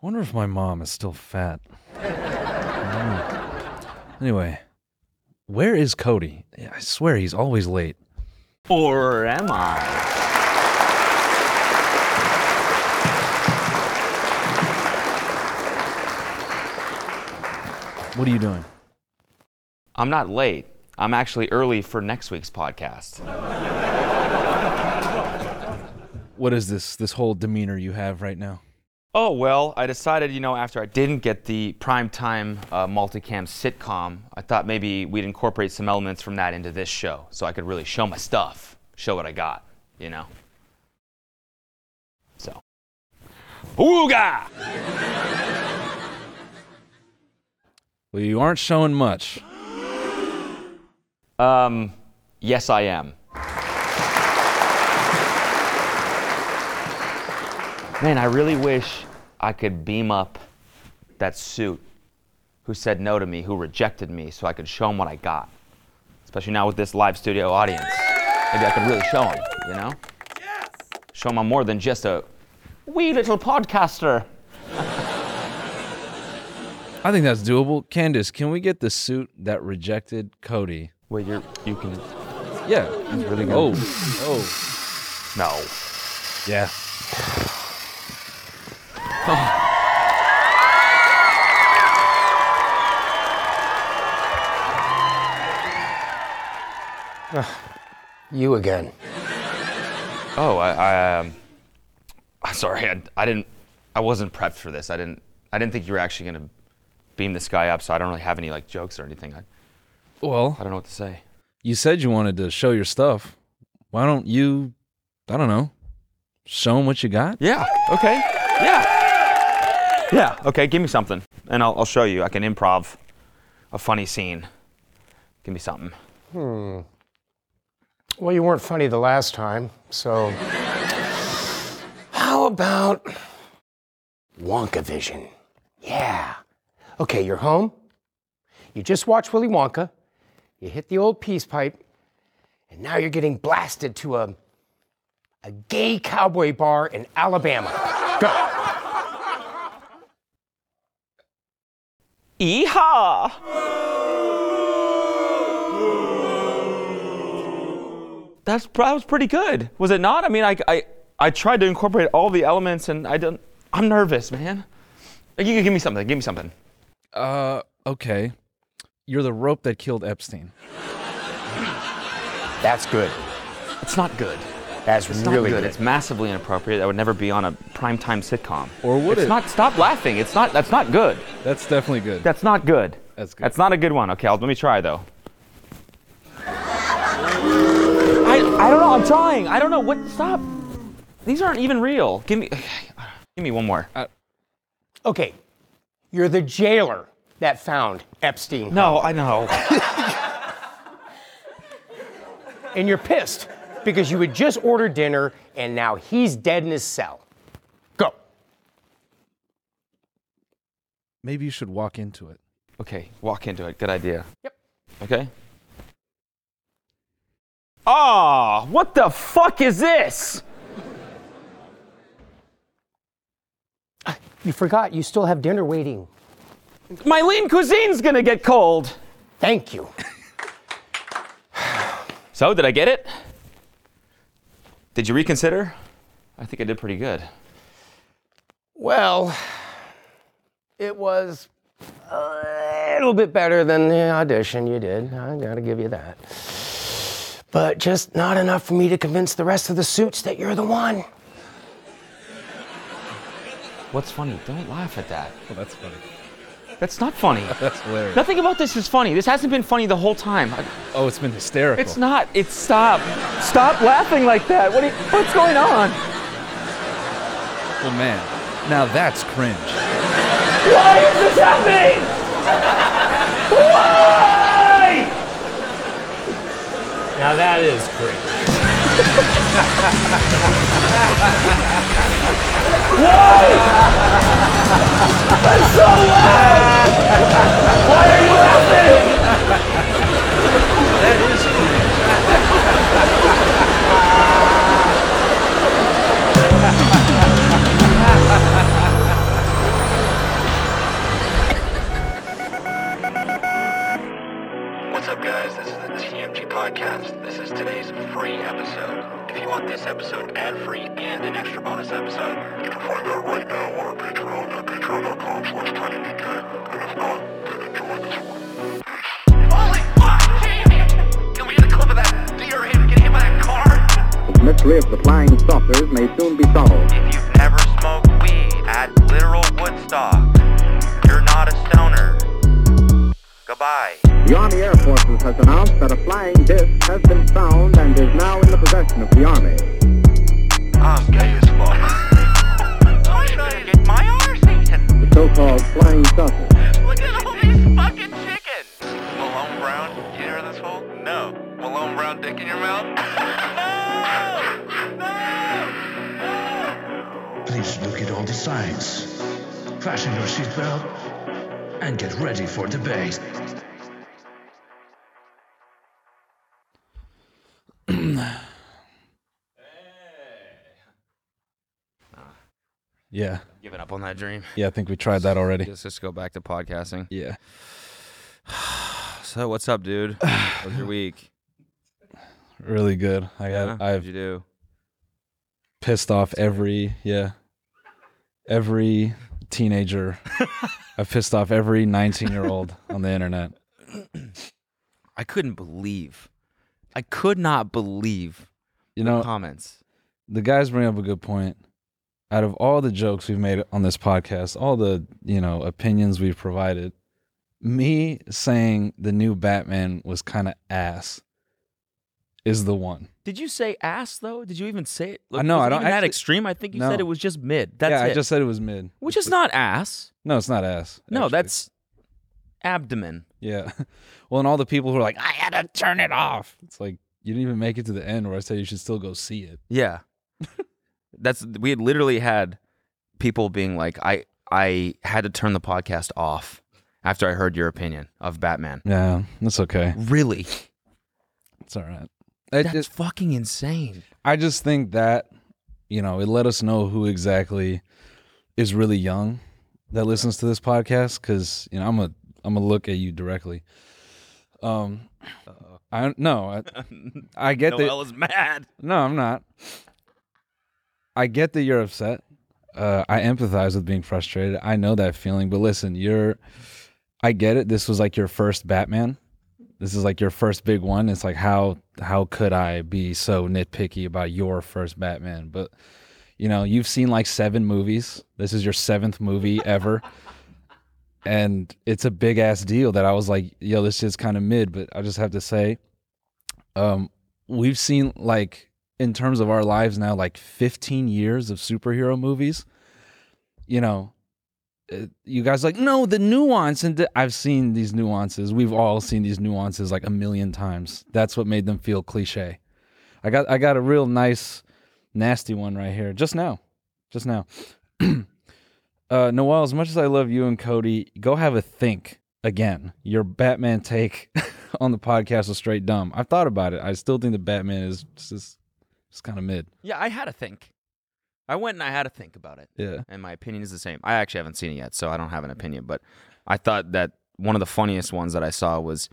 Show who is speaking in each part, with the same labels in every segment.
Speaker 1: wonder if my mom is still fat. Mm. anyway, where is Cody? I swear he's always late.
Speaker 2: Or am I?
Speaker 1: What are you doing?
Speaker 2: I'm not late. I'm actually early for next week's podcast.
Speaker 1: What is this this whole demeanor you have right now?
Speaker 2: Oh, well, I decided, you know, after I didn't get the primetime uh, multicam sitcom, I thought maybe we'd incorporate some elements from that into this show so I could really show my stuff, show what I got, you know? So. Ooga!
Speaker 1: Well, you aren't showing much.
Speaker 2: Um, yes, I am. Man, I really wish I could beam up that suit who said no to me, who rejected me, so I could show him what I got. Especially now with this live studio audience. Maybe I could really show him, you know? Show him I'm more than just a wee little podcaster.
Speaker 1: I think that's doable. Candace, can we get the suit that rejected Cody?
Speaker 2: Wait, you're, you can.
Speaker 1: Yeah. He's really good. Oh, oh.
Speaker 2: No.
Speaker 1: Yeah.
Speaker 3: You again.
Speaker 2: Oh, I, I um, I'm sorry. I, I didn't. I wasn't prepped for this. I didn't. I didn't think you were actually gonna beam this guy up. So I don't really have any like jokes or anything. I, I
Speaker 1: Well,
Speaker 2: don't know what to say.
Speaker 1: you said you wanted to show your stuff. Why don't you, I don't know, show him what you got?
Speaker 2: Yeah. Okay. Yeah. Yeah. Okay. Give me something, and I'll, I'll show you. I can improv a funny scene. Give me something.
Speaker 3: Well, you weren't funny the last time, so. How about Wonka Vision? Yeah. Okay, you're home. You just watched Willy Wonka. You hit the old peace pipe, and now you're getting blasted to a a gay cowboy bar in Alabama. Go.
Speaker 4: 啊
Speaker 2: Yeehaw! That's that was pretty good, was it not? I mean, I, I I tried to incorporate all the elements, and I don't. I'm nervous, man. Like, You give me something. Give me something.
Speaker 1: Uh, okay. You're the rope that killed Epstein.
Speaker 3: That's good.
Speaker 2: It's not good.
Speaker 3: That's
Speaker 2: It's not
Speaker 3: really
Speaker 2: good. It's massively inappropriate. That would never be on a primetime sitcom.
Speaker 1: Or would
Speaker 2: it's
Speaker 1: it?
Speaker 2: not. Stop laughing. It's not. That's not good.
Speaker 1: That's definitely good.
Speaker 2: That's not good.
Speaker 1: That's good.
Speaker 2: That's not a good one. Okay, I'll, let me try though. I, I don't know. I'm trying. I don't know what. Stop. These aren't even real. Give me give me one more.
Speaker 3: okay, you're the jailer that found Epstein,
Speaker 2: No, I know.
Speaker 3: and you're pissed because you had just ordered dinner, and now he's dead in his cell. Go.
Speaker 1: Maybe you should walk into it.
Speaker 2: Okay, walk into it. Good idea.
Speaker 3: Yep.
Speaker 2: Okay. Ah, what the fuck is this?
Speaker 3: You forgot you still have dinner waiting.
Speaker 2: My lean cuisine's gonna get cold.
Speaker 3: Thank you.
Speaker 2: So, did I get it? Did you reconsider? I think I did pretty good.
Speaker 3: Well, it was a little bit better than the audition you did. I gotta give you that. But just not enough for me to convince the rest of the suits that you're the one.
Speaker 2: What's funny? Don't laugh at that.
Speaker 1: Well, that's Oh, funny.
Speaker 2: That's not funny.
Speaker 1: That's hilarious.
Speaker 2: Nothing about this is funny. This hasn't been funny the whole time. I-
Speaker 1: Oh, it's been hysterical.
Speaker 2: It's not. It's stop. Stop laughing like that. What? Are you, what's going on?
Speaker 1: Oh man, now that's cringe.
Speaker 2: Why is this happening? Why?
Speaker 5: Now that is crazy.
Speaker 2: Why are you laughing?
Speaker 4: What's up, guys? This is the TMG Podcast. This is today's free episode. If you want this episode ad-free and an extra bonus episode, you can find that right now on our Patreon at patreon.com slash tinydk. And if not, then enjoy this one. Holy fuck! Can we get a clip of that deer him getting hit by that car?
Speaker 6: The mystery of the flying saucers may soon be solved.
Speaker 4: If you've never smoked weed at literal Woodstock, you're not a stoner. Goodbye.
Speaker 6: The Army Air Forces has announced that a flying disc has been found and is now in the possession of the Army.
Speaker 4: I'm gay as fuck. I'm gonna get my arse eaten.
Speaker 6: The so-called flying saucer.
Speaker 4: Look at all these fucking chickens. Malone Brown, you hear this hole? No. Malone Brown dick in your mouth? no! No!
Speaker 7: Please look at all the signs. Fasten your seatbelt and get ready for debate.
Speaker 1: Yeah,
Speaker 2: Giving up on that dream.
Speaker 1: yeah. I think we tried that already.
Speaker 2: Let's just go back to podcasting.
Speaker 1: Yeah.
Speaker 2: So what's up, dude? How was your week?
Speaker 1: Really good. I got.
Speaker 2: Huh? What'd
Speaker 1: I've
Speaker 2: you do?
Speaker 1: pissed off every. Yeah. Every teenager. I've pissed off every 19-year-old on the internet.
Speaker 2: I couldn't believe. I could not believe
Speaker 1: You know,
Speaker 2: comments.
Speaker 1: the guys bring up a good point. Out of all the jokes we've made on this podcast, all the you know opinions we've provided, me saying the new Batman was kind of ass is the one.
Speaker 2: Did you say ass though? Did you even say it?
Speaker 1: Uh, no,
Speaker 2: was
Speaker 1: I
Speaker 2: it
Speaker 1: don't
Speaker 2: Even that
Speaker 1: actually-
Speaker 2: extreme. I think you
Speaker 1: No.
Speaker 2: said it was just mid. That's
Speaker 1: yeah,
Speaker 2: it.
Speaker 1: I just said it was mid,
Speaker 2: which is not ass.
Speaker 1: no, it's not ass.
Speaker 2: No,
Speaker 1: actually.
Speaker 2: that's abdomen.
Speaker 1: yeah. Well, and all the people who are like, I had to turn it off. It's like you didn't even make it to the end where I said you should still go see it.
Speaker 2: Yeah. That's we had literally had people being like, I I had to turn the podcast off after I heard your opinion of Batman.
Speaker 1: Yeah, that's okay.
Speaker 2: Really?
Speaker 1: It's all right. It,
Speaker 2: That's
Speaker 1: it-
Speaker 2: fucking insane.
Speaker 1: I just think that, you know, it let us know who exactly is really young that listens to this podcast cuz you know, I'm a I'm a look at you directly. Um I no, I, I get that
Speaker 2: is mad.
Speaker 1: No, I'm not. I get that you're upset. Uh, I empathize with being frustrated. I know that feeling. But listen, you're. I get it. This was like your first Batman. This is like your first big one. It's like how how could I be so nitpicky about your first Batman? But you know, you've seen like seven movies. This is your seventh movie ever. And it's a big ass deal that I was like, yo, this shit's kind of mid, but I just have to say, um, we've seen like in terms of our lives now like 15 years of superhero movies you know uh, you guys like no the nuance and the-" i've seen these nuances we've all seen these nuances like a million times that's what made them feel cliche i got i got a real nice nasty one right here just now just now uh noel as much as i love you and cody go have a think again your batman take on the podcast was straight dumb i've thought about it i still think the batman is just just kind of mid
Speaker 2: Yeah, I had to think. I went and I had to think about it.
Speaker 1: yeah
Speaker 2: and my opinion is the same. I actually haven't seen it yet, so I don't have an opinion. But I thought that one of the funniest ones that I saw was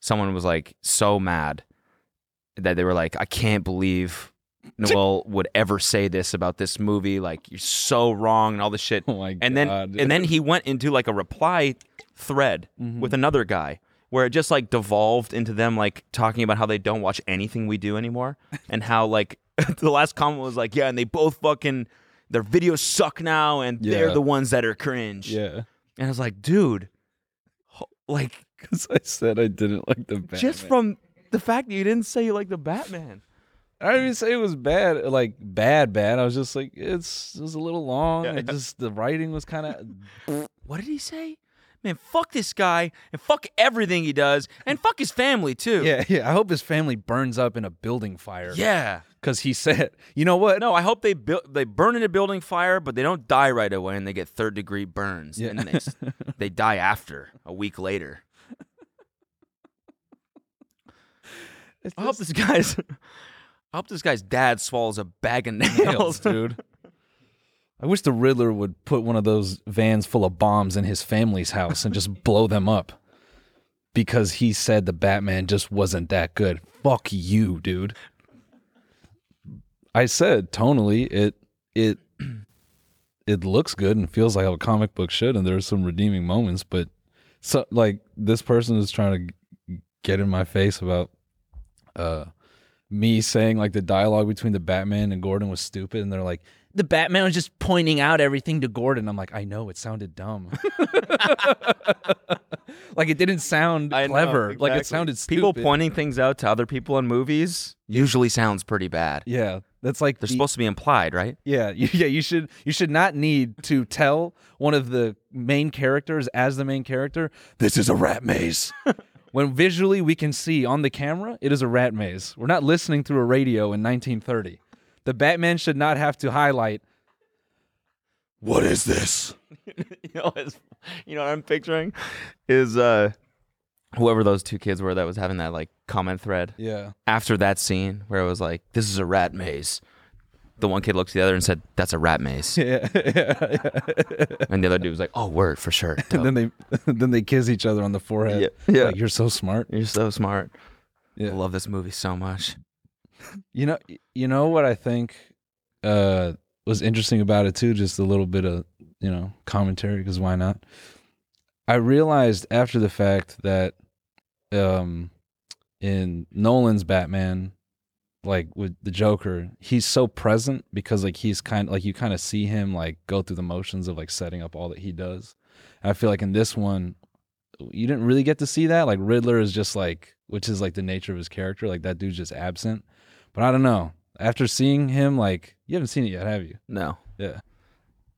Speaker 2: someone was like so mad that they were like, "I can't believe Noel would ever say this about this movie. Like you're so wrong and all this shit."
Speaker 1: Oh my
Speaker 2: and then
Speaker 1: God, dude.
Speaker 2: and then he went into like a reply thread
Speaker 1: Mm-hmm.
Speaker 2: with another guy. Where it just like devolved into them like talking about how they don't watch anything we do anymore, and how like the last comment was like, yeah, and they both fucking their videos suck now and
Speaker 1: Yeah.
Speaker 2: they're the ones that are cringe.
Speaker 1: yeah
Speaker 2: And I was like, dude,
Speaker 1: Like, because I said I didn't like the Batman.
Speaker 2: Just from the fact that you didn't say you like the Batman.
Speaker 1: I didn't even say it was bad, like bad, bad. I was just like, it's it was a little long. it just the writing was kind of.
Speaker 5: What did he say? Man, fuck this guy and fuck everything he does and fuck his family too.
Speaker 1: Yeah, yeah. I hope his family burns up in a building fire.
Speaker 5: Yeah.
Speaker 1: because he said, you know what?
Speaker 5: No, I hope they build they burn in a building fire, but they don't die right away and they get third degree burns. And then they, s- they die after a week later. I hope this guy's I hope this guy's dad swallows a bag of nails.
Speaker 1: nails, dude. I wish the Riddler would put one of those vans full of bombs in his family's house and just blow them up because he said the Batman just wasn't that good. Fuck you, dude. I said tonally it it it looks good and feels like how a comic book should and there's some redeeming moments, but so like this person is trying to g- get in my face about uh me saying like the dialogue between the Batman and Gordon was stupid, and they're like, the Batman was just pointing out everything to Gordon. I'm like, I know it sounded dumb. like it didn't sound
Speaker 2: I know,
Speaker 1: clever. Like
Speaker 2: exactly.
Speaker 1: it sounded stupid.
Speaker 5: People pointing things out to other people in movies usually sounds pretty bad.
Speaker 1: Yeah, that's like
Speaker 5: They're
Speaker 1: the-
Speaker 5: supposed to be implied, right?
Speaker 1: Yeah, you, yeah. You should you should not need to tell one of the main characters as the main character. This is a rat maze. when visually we can see on the camera, it is a rat maze. We're not listening through a radio in 1930. The Batman should not have to highlight. What is this?
Speaker 2: you know, it's, you know what I'm picturing is uh, whoever those two kids were that was having that like comment thread
Speaker 1: Yeah.
Speaker 2: after that scene where it was like, "This is a rat maze." The one kid looks at the other and said, "That's a rat maze,"
Speaker 1: Yeah.
Speaker 2: and the other dude was like, "Oh, word for sure."
Speaker 1: and then they then they kiss each other on the forehead.
Speaker 2: Yeah, yeah.
Speaker 1: Like, You're so smart.
Speaker 2: You're so smart.
Speaker 1: Yeah.
Speaker 2: I love this movie so much.
Speaker 1: You know, you know what I think uh, was interesting about it too. Just a little bit of you know commentary because why not? I realized after the fact that um, in Nolan's Batman, like with the Joker, he's so present because like he's kind like you kind of see him like go through the motions of like setting up all that he does. And I feel like in this one, you didn't really get to see that. Like Riddler is just like, which is like the nature of his character. Like that dude's just absent. But I don't know. After seeing him, like you haven't seen it yet, have you?
Speaker 2: No,
Speaker 1: Yeah.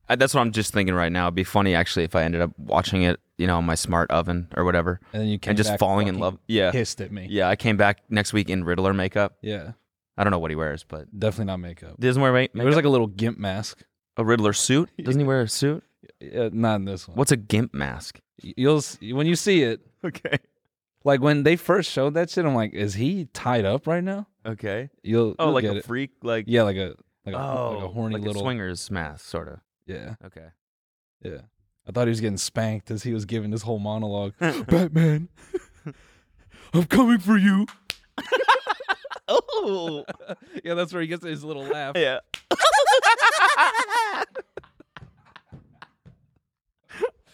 Speaker 2: I, that's what I'm just thinking right now. It'd be funny actually if I ended up watching it, you know, on my smart oven or whatever,
Speaker 1: And then you came
Speaker 2: and just
Speaker 1: back
Speaker 2: falling in
Speaker 1: fucking
Speaker 2: love. Yeah,
Speaker 1: Hissed at me.
Speaker 2: yeah. I came back next week in Riddler makeup.
Speaker 1: Yeah.
Speaker 2: I don't know what he wears, but
Speaker 1: Definitely not makeup.
Speaker 2: doesn't wear ma-
Speaker 1: It was like a little gimp mask.
Speaker 2: a Riddler suit. Doesn't he wear a suit?
Speaker 1: Uh, not in this one.
Speaker 2: What's a gimp mask?
Speaker 1: You'll s- when you see it.
Speaker 2: Okay.
Speaker 1: Like when they first showed that shit, I'm like, is he tied up right now?
Speaker 2: Okay.
Speaker 1: You'll
Speaker 2: Oh,
Speaker 1: you'll
Speaker 2: like
Speaker 1: get
Speaker 2: a
Speaker 1: it.
Speaker 2: freak, like
Speaker 1: yeah, like a like a,
Speaker 2: oh,
Speaker 1: like a horny
Speaker 2: like
Speaker 1: little
Speaker 2: swingers mask, sort of.
Speaker 1: yeah.
Speaker 2: Okay.
Speaker 1: Yeah. I thought he was getting spanked as he was giving this whole monologue. Batman, I'm coming for you.
Speaker 2: Oh.
Speaker 1: Yeah, that's where he gets his little laugh.
Speaker 2: yeah.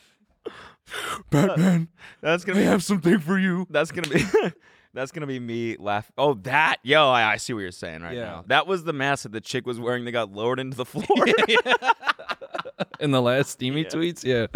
Speaker 1: Batman,
Speaker 2: That's gonna
Speaker 1: I
Speaker 2: be.
Speaker 1: have something for you.
Speaker 2: That's gonna be. That's gonna be me laugh. Oh, that yo! I, I see what you're saying right
Speaker 1: Yeah.
Speaker 2: now. That was the mask that the chick was wearing that got lowered into the floor.
Speaker 1: In the last steamy tweets, yeah.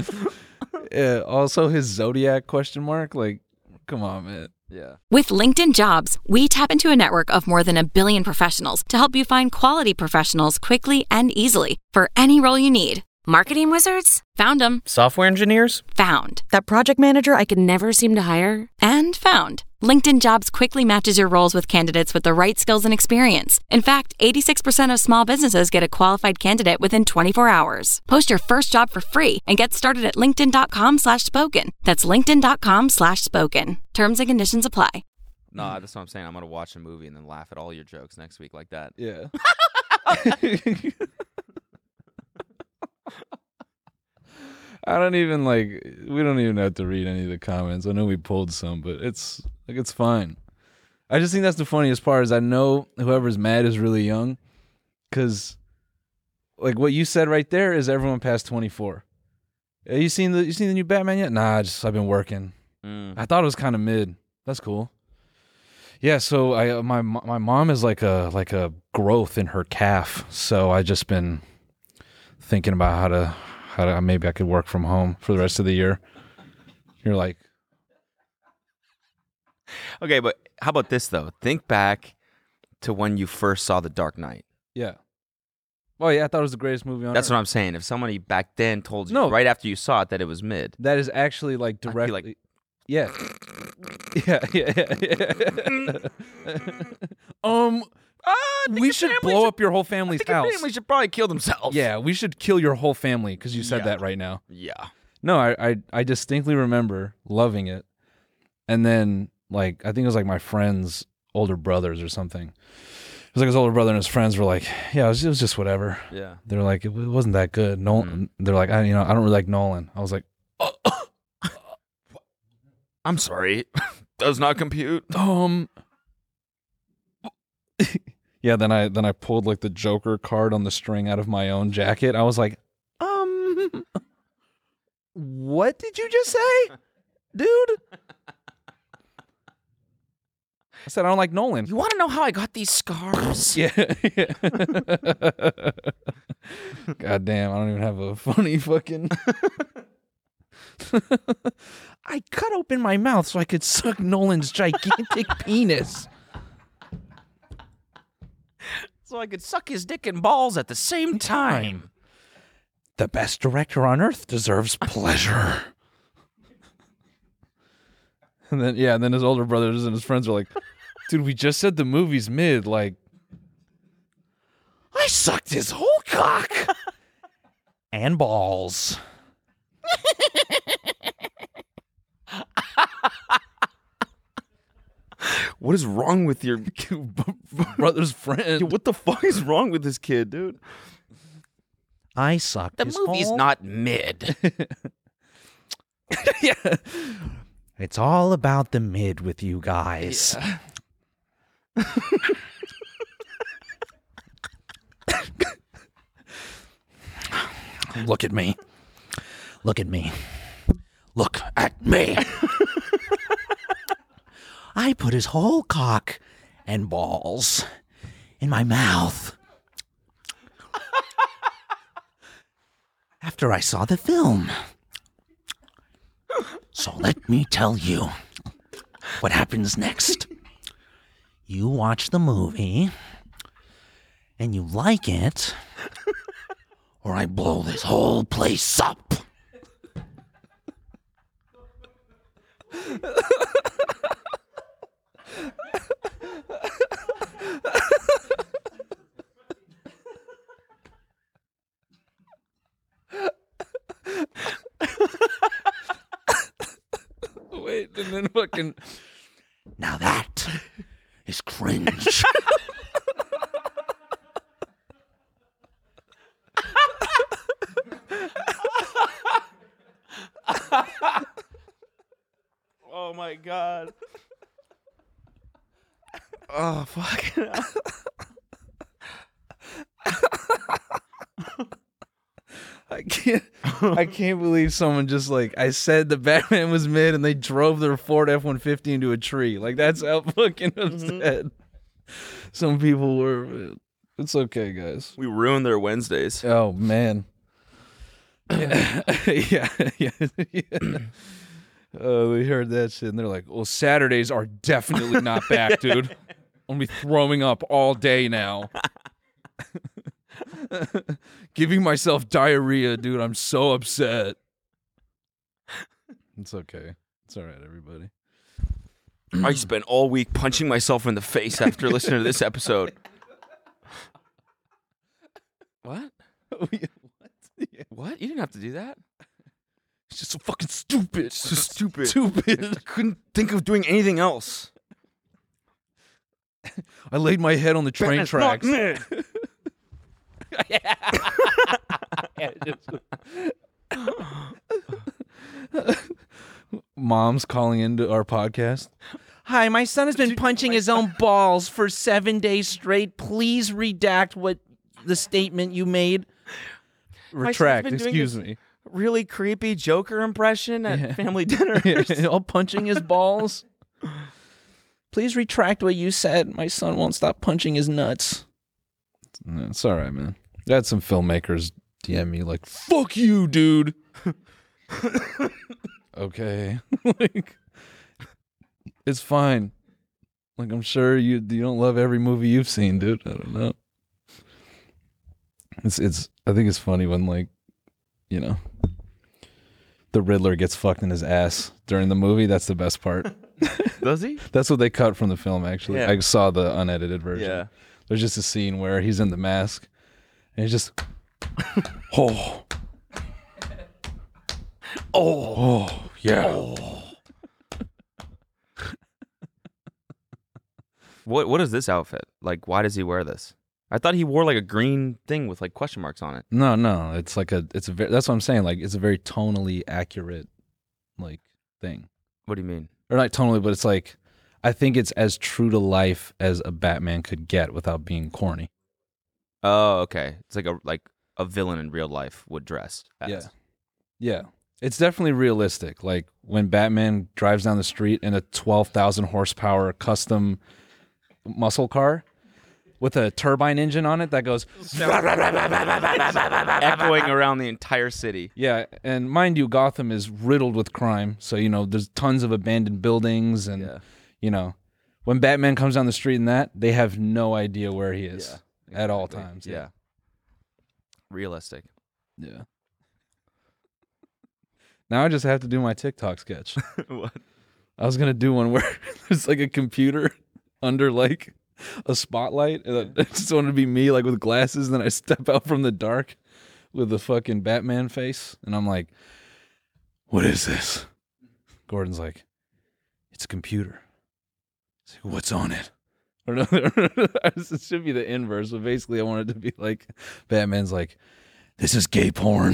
Speaker 1: yeah. Also, his zodiac question mark. Like, come on, man.
Speaker 2: yeah.
Speaker 8: With LinkedIn Jobs, we tap into a network of more than a billion professionals to help you find quality professionals quickly and easily for any role you need. Marketing wizards? Found them.
Speaker 5: Software engineers?
Speaker 8: Found.
Speaker 9: That project manager I could never seem to hire?
Speaker 8: And found. LinkedIn Jobs quickly matches your roles with candidates with the right skills and experience. In fact, 86% of small businesses get a qualified candidate within 24 hours. Post your first job for free and get started at linkedin.com slash spoken. That's linkedin.com slash spoken. Terms and conditions apply.
Speaker 2: No, that's what I'm saying. I'm gonna watch a movie and then laugh at all your jokes next week like that.
Speaker 1: Yeah. I don't even like. We don't even have to read any of the comments. I know we pulled some, but it's like it's fine. I just think that's the funniest part is I know whoever's mad is really young, because like what you said right there is everyone past twenty four. Have you seen the you seen the new Batman yet? Nah, I just I've been working. I thought it was kind of mid. That's cool. Yeah, so I uh, my mo- my mom is like a like a growth in her calf, so I just been thinking about how to how to maybe I could work from home for the rest of the year. You're like,
Speaker 5: Okay, but how about this though? Think back to when you first saw The Dark Knight.
Speaker 1: Yeah. Oh yeah, I thought it was the greatest movie on
Speaker 5: That's
Speaker 1: earth.
Speaker 5: what I'm saying. If somebody back then told you
Speaker 1: No.
Speaker 5: right after you saw it that it was mid,
Speaker 1: That is actually like
Speaker 5: I'd be
Speaker 1: directly.
Speaker 5: like,
Speaker 1: yeah. yeah. Yeah. Yeah. um.
Speaker 5: ah,
Speaker 1: We should blow up your whole family's house.
Speaker 5: family should probably kill themselves.
Speaker 1: Yeah, we should kill your whole family because you said
Speaker 5: Yeah.
Speaker 1: that right now.
Speaker 5: Yeah.
Speaker 1: No, I, I I distinctly remember loving it, and then like I think it was like my friend's older brothers or something. It was like his older brother and his friends were like, "Yeah, it was, it was just whatever."
Speaker 5: Yeah.
Speaker 1: They're like, "It wa- wasn't that good." Nolan. They're like, "I you know I don't really like Nolan." I was like,
Speaker 5: I'm sorry. Does not compute.
Speaker 1: "Um." yeah. Then I then I pulled like the Joker card on the string out of my own jacket. I was like, "Um, what did you just say, dude?" I said, "I don't like Nolan."
Speaker 5: You want to know how I got these scars?
Speaker 1: Yeah. God damn, I don't even have a funny fucking. I cut open my mouth so I could suck Nolan's gigantic penis.
Speaker 5: So I could suck his dick and balls at the same time.
Speaker 1: The best director on earth deserves pleasure. and then, yeah, and then his older brothers and his friends are like, dude, we just said the movie's mid. Like, I sucked his whole cock and balls.
Speaker 5: What is wrong with your
Speaker 1: Brother's friend.
Speaker 5: Dude, what the fuck is wrong with this kid, dude?
Speaker 1: I sucked
Speaker 5: The movie's not mid.
Speaker 1: It's all about the mid with you guys. Look at me. Look at me. Look at me. I put his whole cock and balls in my mouth. After I saw the film. So let me tell you what happens next. You watch the movie and you like it, or I blow this whole place up. Wait, and then fucking. Now that is cringe.
Speaker 5: Oh my god. oh fuck.
Speaker 1: I can't. I can't believe someone just like I said the Batman was mid, and they drove their Ford F one fifty into a tree. Like that's how fucking
Speaker 5: Mm-hmm.
Speaker 1: upset some people were. It's okay, guys.
Speaker 5: We ruined their Wednesdays.
Speaker 1: Oh man. yeah, yeah, yeah. Oh, they heard that shit and they're like, "Well, Saturdays are definitely not back, dude. I'm gonna be throwing up all day now, giving myself diarrhea, dude. I'm so upset." It's okay. It's all right, everybody.
Speaker 5: I spent all week punching myself in the face after listening to this episode. What?
Speaker 1: what? Yeah.
Speaker 5: What? You didn't have to do that.
Speaker 1: It's just so fucking stupid.
Speaker 5: So stupid.
Speaker 1: Stupid.
Speaker 5: I couldn't think of doing anything else.
Speaker 1: I laid my head on the train tracks. Mom's calling into our podcast. Hi, my son has been punching his own balls for seven days straight. Please redact what the statement you made. Retract.
Speaker 5: been doing
Speaker 1: Excuse
Speaker 5: this-
Speaker 1: me.
Speaker 5: Really creepy Joker impression at family dinner.
Speaker 1: All punching his balls. Please retract what you said. My son won't stop punching his nuts. It's all right, man. I had some filmmakers DM me like, "Fuck you, dude." okay, like It's fine. Like I'm sure you you don't love every movie you've seen, dude. I don't know. It's it's I think it's funny when like, you know, the Riddler gets fucked in his ass during the movie. That's the best part.
Speaker 2: Does he?
Speaker 1: That's what they cut from the film. Actually,
Speaker 2: Yeah.
Speaker 1: I saw the unedited version.
Speaker 2: Yeah.
Speaker 1: There's just a scene where he's in the mask, and he's just, oh, oh, oh, yeah.
Speaker 2: What What is this outfit? Like, why does he wear this? I thought he wore like a green thing with like question marks on it.
Speaker 1: No, no, it's like a, it's a. Very, that's what I'm saying. Like, it's a very tonally accurate, like thing,
Speaker 2: What do you mean?
Speaker 1: or not tonally, but it's like, I think it's as true to life as a Batman could get without being corny.
Speaker 2: Oh, okay. It's like a like a villain in real life would dress. As.
Speaker 1: Yeah. Yeah. It's definitely realistic. Like when Batman drives down the street in a 12,000 horsepower custom muscle car with a turbine engine on it that goes,
Speaker 2: echoing around the entire city.
Speaker 1: yeah. And mind you, Gotham is riddled with crime. So, you know, there's tons of abandoned buildings. And,
Speaker 2: Yeah.
Speaker 1: you know, when Batman comes down the street in that, they have no idea where he is at all times.
Speaker 2: Yeah. Realistic.
Speaker 1: Yeah. Now I just have to do my TikTok sketch.
Speaker 2: What?
Speaker 1: I was gonna do one where there's like a computer under like a spotlight, and I just wanted to be me, like with glasses. And then I step out from the dark with the fucking Batman face, and I'm like, "What is this?" Gordon's like, "It's a computer." It's like, "What's on it?" Or no, it should be the inverse. But basically, I wanted to be like Batman's like, "This is gay porn."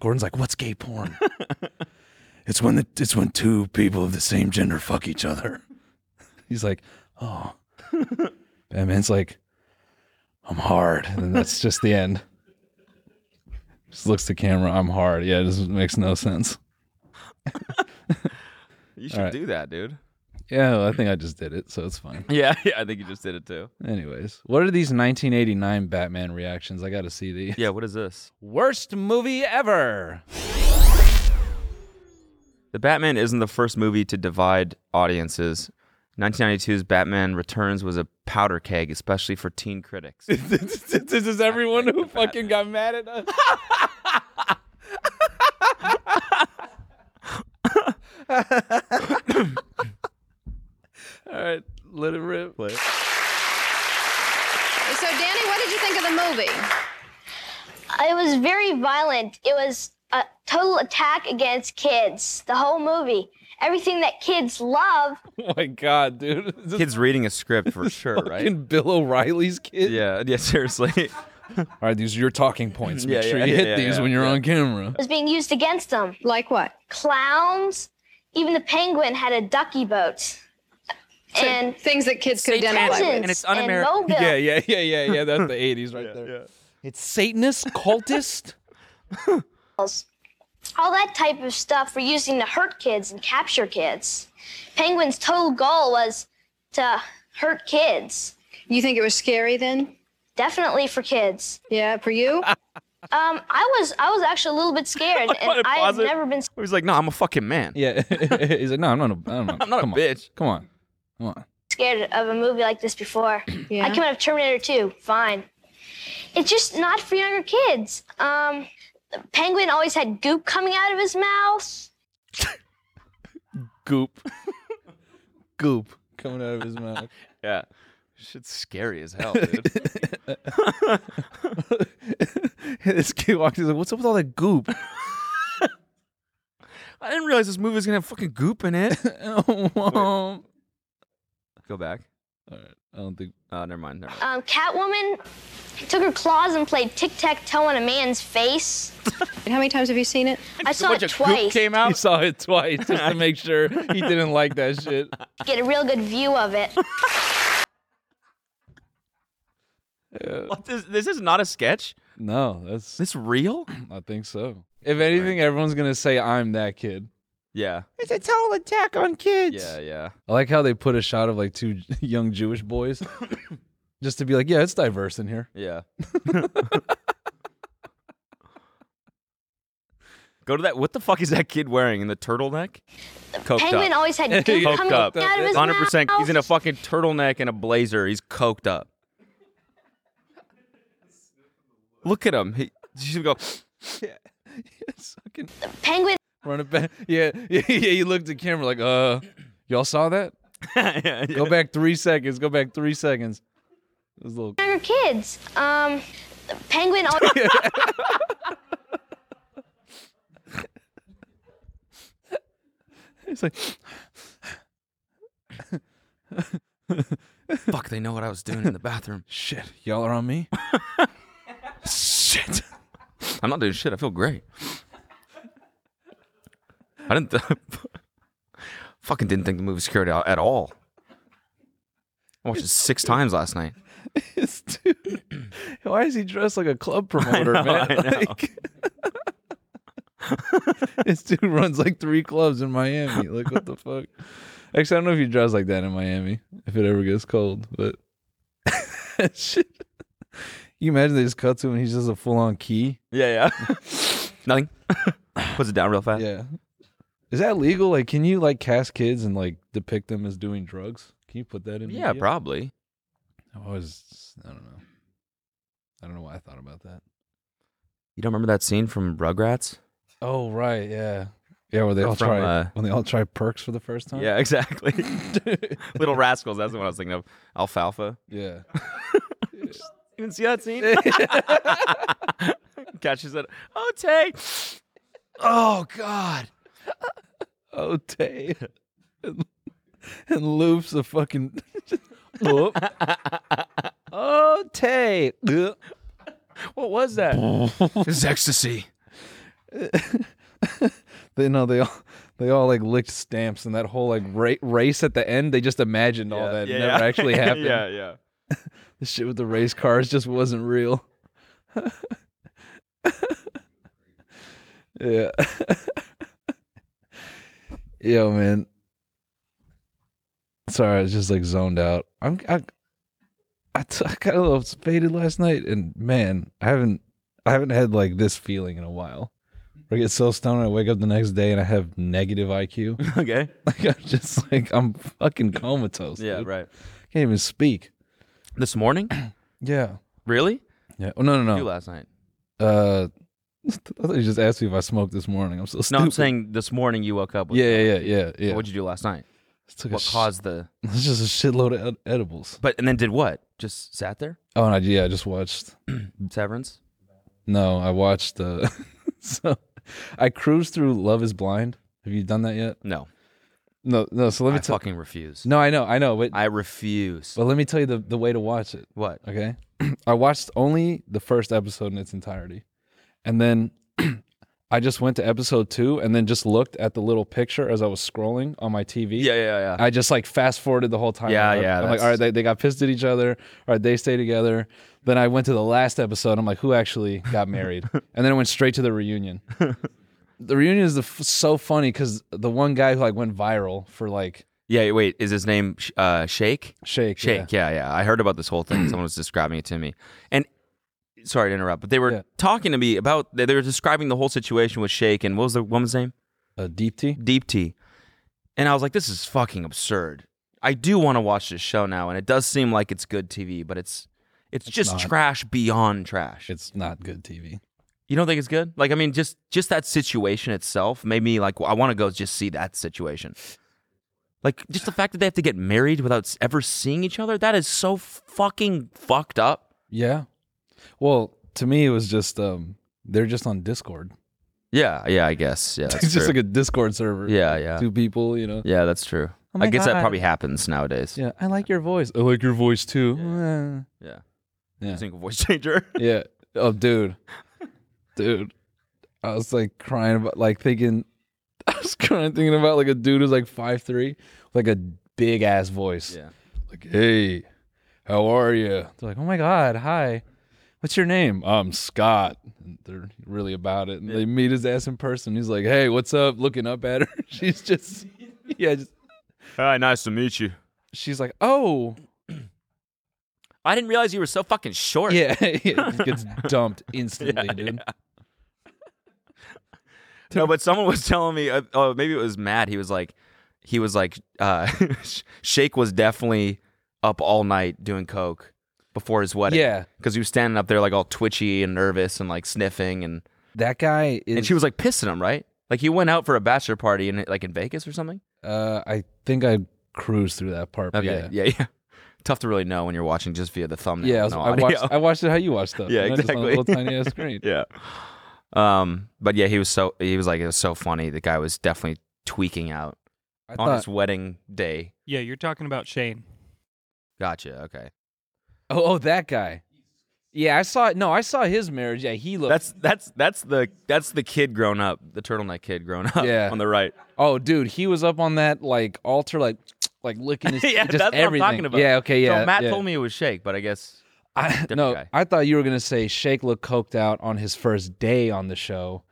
Speaker 1: Gordon's like, "What's gay porn?" It's when the, it's when two people of the same gender fuck each other. He's like, oh, Batman's like, I'm hard, and then that's just the end. Just looks the camera. I'm hard. Yeah, it just makes no sense.
Speaker 2: You should
Speaker 1: right.
Speaker 2: do that, dude.
Speaker 1: Yeah, well, I think I just did it, so it's fine.
Speaker 2: Yeah, yeah, I think you just did it too.
Speaker 1: Anyways, what are these 1989 Batman reactions? I got to see these.
Speaker 2: Yeah, what is this?
Speaker 1: Worst movie ever.
Speaker 2: The Batman isn't the first movie to divide audiences. 1992's Batman Returns was a powder keg, especially for teen critics.
Speaker 1: this is everyone who fucking got mad at us. All right, let it rip.
Speaker 7: So, Danny, what did you think of the movie?
Speaker 4: It was very violent. It was a total attack against kids, the whole movie. Everything that kids love.
Speaker 1: Oh my god, dude. Is this
Speaker 2: Kids reading a script for sure, right?
Speaker 1: fucking Bill O'Reilly's kid?
Speaker 2: Yeah, yeah, seriously.
Speaker 1: All right, these are your talking points. Make
Speaker 2: Yeah,
Speaker 1: sure
Speaker 2: yeah,
Speaker 1: you
Speaker 2: yeah,
Speaker 1: hit
Speaker 2: yeah,
Speaker 1: these
Speaker 2: yeah,
Speaker 1: when you're
Speaker 2: yeah.
Speaker 1: on camera.
Speaker 4: was being used against them.
Speaker 7: Like what?
Speaker 4: Clowns, even the penguin had a ducky boat. And
Speaker 7: Things that kids could identify with.
Speaker 4: peasants
Speaker 2: And it's un-Ameri-
Speaker 4: mobile.
Speaker 1: Yeah, yeah, yeah, yeah, yeah. That's the 80s right there. It's Satanist, cultist.
Speaker 4: All that type of stuff were using to hurt kids and capture kids. Penguin's total goal was to hurt kids.
Speaker 7: You think it was scary then?
Speaker 4: Definitely for kids.
Speaker 7: Yeah, for you?
Speaker 4: Um, I was I was actually a little bit scared, and I have never been
Speaker 2: He's like, no, I'm a fucking man.
Speaker 1: yeah. He's like, no, I'm not a, I'm not,
Speaker 2: I'm not
Speaker 1: come
Speaker 2: a
Speaker 1: on.
Speaker 2: bitch.
Speaker 1: Come on. Come on.
Speaker 4: scared of a movie like this before.
Speaker 7: Yeah.
Speaker 4: I came out of Terminator 2. Fine. It's just not for younger kids. Um, Penguin always had goop coming out of his mouth.
Speaker 1: Goop. Goop coming out of his mouth.
Speaker 2: Yeah. Shit's scary as hell, dude.
Speaker 1: this kid walks in, he's like, what's up with all that goop?
Speaker 2: I didn't realize this movie was gonna have fucking goop in it.
Speaker 1: oh, mom.
Speaker 2: Go back.
Speaker 1: I don't think.
Speaker 2: Oh, never mind. Never mind.
Speaker 4: Um, Catwoman took her claws and played tic tac toe on a man's face.
Speaker 7: How many times have you seen it?
Speaker 4: I saw it twice.
Speaker 2: came
Speaker 1: He
Speaker 2: out.
Speaker 1: saw it twice just to make sure he didn't like that shit.
Speaker 4: Get a real good view of it.
Speaker 2: What, this, this is not a sketch.
Speaker 1: No, that's.
Speaker 2: This real?
Speaker 1: I think so. If anything, everyone's gonna say I'm that kid.
Speaker 2: Yeah.
Speaker 1: It's a total attack on kids.
Speaker 2: Yeah. Yeah.
Speaker 1: I like how they put a shot of like two young Jewish boys, just to be like, yeah, it's diverse in here.
Speaker 2: Yeah.
Speaker 5: Go to that. What the fuck is that kid wearing in the turtleneck? Coked
Speaker 10: penguin
Speaker 5: up.
Speaker 10: always had goo
Speaker 5: Coked
Speaker 10: coming
Speaker 5: up.
Speaker 10: out of his
Speaker 5: 100%.
Speaker 10: mouth.
Speaker 5: He's in a fucking turtleneck and a blazer. He's coked up. Look at him. He, he should go.
Speaker 10: penguin
Speaker 1: Run it back. Yeah, yeah, yeah. You looked at camera like, uh, y'all saw that? Go back three seconds. Go back three seconds. It was a little.
Speaker 10: younger kids. Um, penguin always.
Speaker 1: It's like,
Speaker 5: Fuck, they know what I was doing in the bathroom.
Speaker 1: Shit, y'all are on me. shit.
Speaker 5: I'm not doing shit. I feel great. I didn't. Th- fucking didn't think the movie scared out at all. I watched it six times last night.
Speaker 1: Why is he dressed like a club promoter,
Speaker 5: know,
Speaker 1: man?
Speaker 5: I know.
Speaker 1: Like, this dude runs like three clubs in Miami. Like, what the fuck? Actually, I don't know if he drives like that in Miami if it ever gets cold, but shit. You imagine they just cut to him and he's just a full on key?
Speaker 5: Yeah, yeah. Nothing. Puts it down real fast.
Speaker 1: Yeah. Is that legal? Like, can you like cast kids and like depict them as doing drugs? Can you put that in?
Speaker 5: Yeah,
Speaker 1: media?
Speaker 5: probably.
Speaker 1: I was, I don't know. I don't know why I thought about that.
Speaker 5: You don't remember that scene from Rugrats?
Speaker 1: Oh right, yeah, yeah. Where they
Speaker 5: Or
Speaker 1: all
Speaker 5: from,
Speaker 1: try
Speaker 5: uh,
Speaker 1: when they all try perks for the first time.
Speaker 5: Yeah, exactly. Little Rascals. That's the one I was thinking of. Alfalfa.
Speaker 1: Yeah.
Speaker 5: You didn't see that scene? Catches it. Oh, Tay. Oh, God.
Speaker 1: Oh, Tay. And, and loops a fucking. Whoop. oh, Tay. Ugh.
Speaker 5: What was that?
Speaker 1: It's
Speaker 5: ecstasy.
Speaker 1: They know they all they all like licked stamps and that whole like ra- race at the end. They just imagined all that. It never actually happened.
Speaker 5: yeah, yeah.
Speaker 1: The shit with the race cars just wasn't real. yeah. Yo, man. Sorry, I was just like zoned out. I'm I, I, t- I got a little faded last night, and man, I haven't I haven't had like this feeling in a while. Where I get so stoned, I wake up the next day and I have negative IQ.
Speaker 5: Okay.
Speaker 1: Like I'm just like I'm fucking comatose.
Speaker 5: Yeah,
Speaker 1: dude.
Speaker 5: right.
Speaker 1: Can't even speak.
Speaker 5: This morning?
Speaker 1: Yeah.
Speaker 5: Really?
Speaker 1: Yeah. Oh no no no.
Speaker 5: You last night.
Speaker 1: Uh, I thought you just asked me if I smoked this morning. I'm so
Speaker 5: No,
Speaker 1: stupid.
Speaker 5: I'm saying this morning you woke up. With
Speaker 1: Yeah, yeah, yeah, yeah, yeah.
Speaker 5: What'd you do last night?
Speaker 1: took a
Speaker 5: What
Speaker 1: sh-
Speaker 5: caused the?
Speaker 1: It's just a shitload of ed- edibles.
Speaker 5: But and then did what? Just sat there.
Speaker 1: Oh, and I, yeah, I just watched.
Speaker 5: Severance.
Speaker 1: No, I watched. Uh, so I cruised through Love Is Blind. Have you done that yet?
Speaker 5: No.
Speaker 1: No, no. So let me
Speaker 5: I
Speaker 1: tell.
Speaker 5: fucking refuse.
Speaker 1: No, I know, I know, but
Speaker 5: I refuse.
Speaker 1: but let me tell you the the way to watch it.
Speaker 5: What?
Speaker 1: Okay, I watched only the first episode in its entirety, and then. I just went to episode two and then just looked at the little picture as I was scrolling on my TV.
Speaker 5: Yeah, yeah, yeah.
Speaker 1: I just like fast forwarded the whole time.
Speaker 5: Yeah,
Speaker 1: I'm,
Speaker 5: yeah,
Speaker 1: I'm like,
Speaker 5: that's-
Speaker 1: all right, they, they got pissed at each other. All right, they stay together. Then I went to the last episode. I'm like, who actually got married? and then I went straight to the reunion. the reunion is the f- so funny because the one guy who like went viral for like
Speaker 5: yeah. Wait. Is his name Sh- uh, Shake?
Speaker 1: Shake.
Speaker 5: Shake. Yeah. yeah, I heard about this whole thing. Someone was describing it to me, and sorry to interrupt, but they were talking to me about. They, they were describing the whole situation with Shake and what was the woman's name?
Speaker 1: Uh, Deep T.
Speaker 5: Deep T. And I was like, this is fucking absurd. I do want to watch this show now, and it does seem like it's good TV, but it's it's, just
Speaker 1: not.
Speaker 5: trash beyond trash.
Speaker 1: It's not good TV.
Speaker 5: You don't think it's good? Like, I mean, just just that situation itself made me like, I want to go just see that situation. Like, just the fact that they have to get married without s- ever seeing each other, that is so fucking fucked up.
Speaker 1: Yeah. Well, to me, it was just um they're just on Discord.
Speaker 5: Yeah, yeah, I guess. Yeah, that's
Speaker 1: it's just
Speaker 5: true.
Speaker 1: like a Discord server.
Speaker 5: Yeah, yeah.
Speaker 1: Two people, you know.
Speaker 5: yeah, that's true.
Speaker 1: Oh my
Speaker 5: I guess
Speaker 1: God.
Speaker 5: that probably happens nowadays.
Speaker 1: Yeah, I like your voice. I like your voice too. Uh.
Speaker 5: Yeah.
Speaker 1: Yeah.
Speaker 5: Using a voice changer.
Speaker 1: Yeah. Oh, dude. Dude. I was like crying about, like thinking, I was crying thinking about like a dude who's like 5'3, like a big ass voice.
Speaker 5: Yeah.
Speaker 1: Like, hey, how are you? They're like, oh my God, hi. What's your name? I'm Scott. And they're really about it. And they meet his ass in person. He's like, hey, what's up? Looking up at her. She's just, yeah, just,
Speaker 5: Hi, nice to meet you.
Speaker 1: she's like, oh.
Speaker 5: I didn't realize you were so fucking short.
Speaker 1: Yeah. yeah. Just gets dumped instantly, dude.
Speaker 5: no, but someone was telling me, uh, oh, maybe it was Matt. He was like, he was like, uh, Shake was definitely up all night doing coke before his wedding.
Speaker 1: Yeah.
Speaker 5: because he was standing up there like all twitchy and nervous and like sniffing and
Speaker 1: that guy. Is,
Speaker 5: and she was like pissing him, right? Like he went out for a bachelor party in like in Vegas or something.
Speaker 1: Uh, I think I cruised through that part. but
Speaker 5: Okay, yeah, yeah. Tough to really know when you're watching just via the thumbnail.
Speaker 1: Yeah, I, was-
Speaker 5: no
Speaker 1: I
Speaker 5: audio.
Speaker 1: watched. I watched it how you watched stuff.
Speaker 5: Yeah,
Speaker 1: you know, just on a
Speaker 5: exactly.
Speaker 1: little tiny ass screen.
Speaker 5: yeah. Um, but yeah, he was so he was like it was so funny. The guy was definitely tweaking out
Speaker 11: I
Speaker 5: on
Speaker 1: Uh,
Speaker 5: his
Speaker 11: thought-
Speaker 5: wedding day.
Speaker 11: Yeah, you're talking about Shane.
Speaker 5: Gotcha. Okay.
Speaker 1: Oh, oh, that guy. Yeah, I saw. No, I saw his marriage. Yeah, he looked.
Speaker 5: That's that's that's the that's the kid grown up, the turtleneck kid grown up.
Speaker 1: Yeah.
Speaker 5: On the right.
Speaker 1: Oh, dude, he was up on that like altar, like like licking his.
Speaker 5: yeah,
Speaker 1: just
Speaker 5: that's
Speaker 1: everything.
Speaker 5: what I'm talking about.
Speaker 1: Yeah. Okay. Yeah.
Speaker 5: So Matt
Speaker 1: yeah.
Speaker 5: told me it was Shake, but I guess
Speaker 1: I, no, I thought you were gonna say Shake looked coked out on his first day on the show,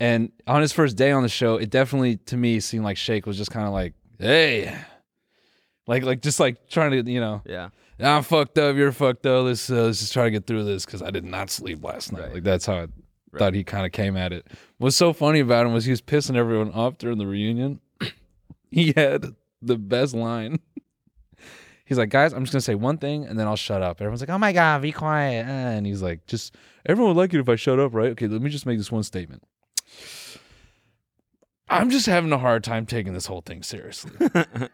Speaker 1: and on his first day on the show, it definitely to me seemed like Shake was just kind of like, hey, like like just like trying to you know,
Speaker 5: yeah,
Speaker 1: I'm fucked up, you're fucked up. Let's uh, let's just try to get through this because I did not sleep last night. Like that's how I thought he kind of came at it. What's so funny about him was he was pissing everyone off during the reunion. he had the best line. He's like, guys, I'm just gonna say one thing and then I'll shut up. Everyone's like, oh my god, be quiet. uh," And he's like, just everyone would like it if I shut up, right? Okay, let me just make this one statement. I'm just having a hard time taking this whole thing seriously. and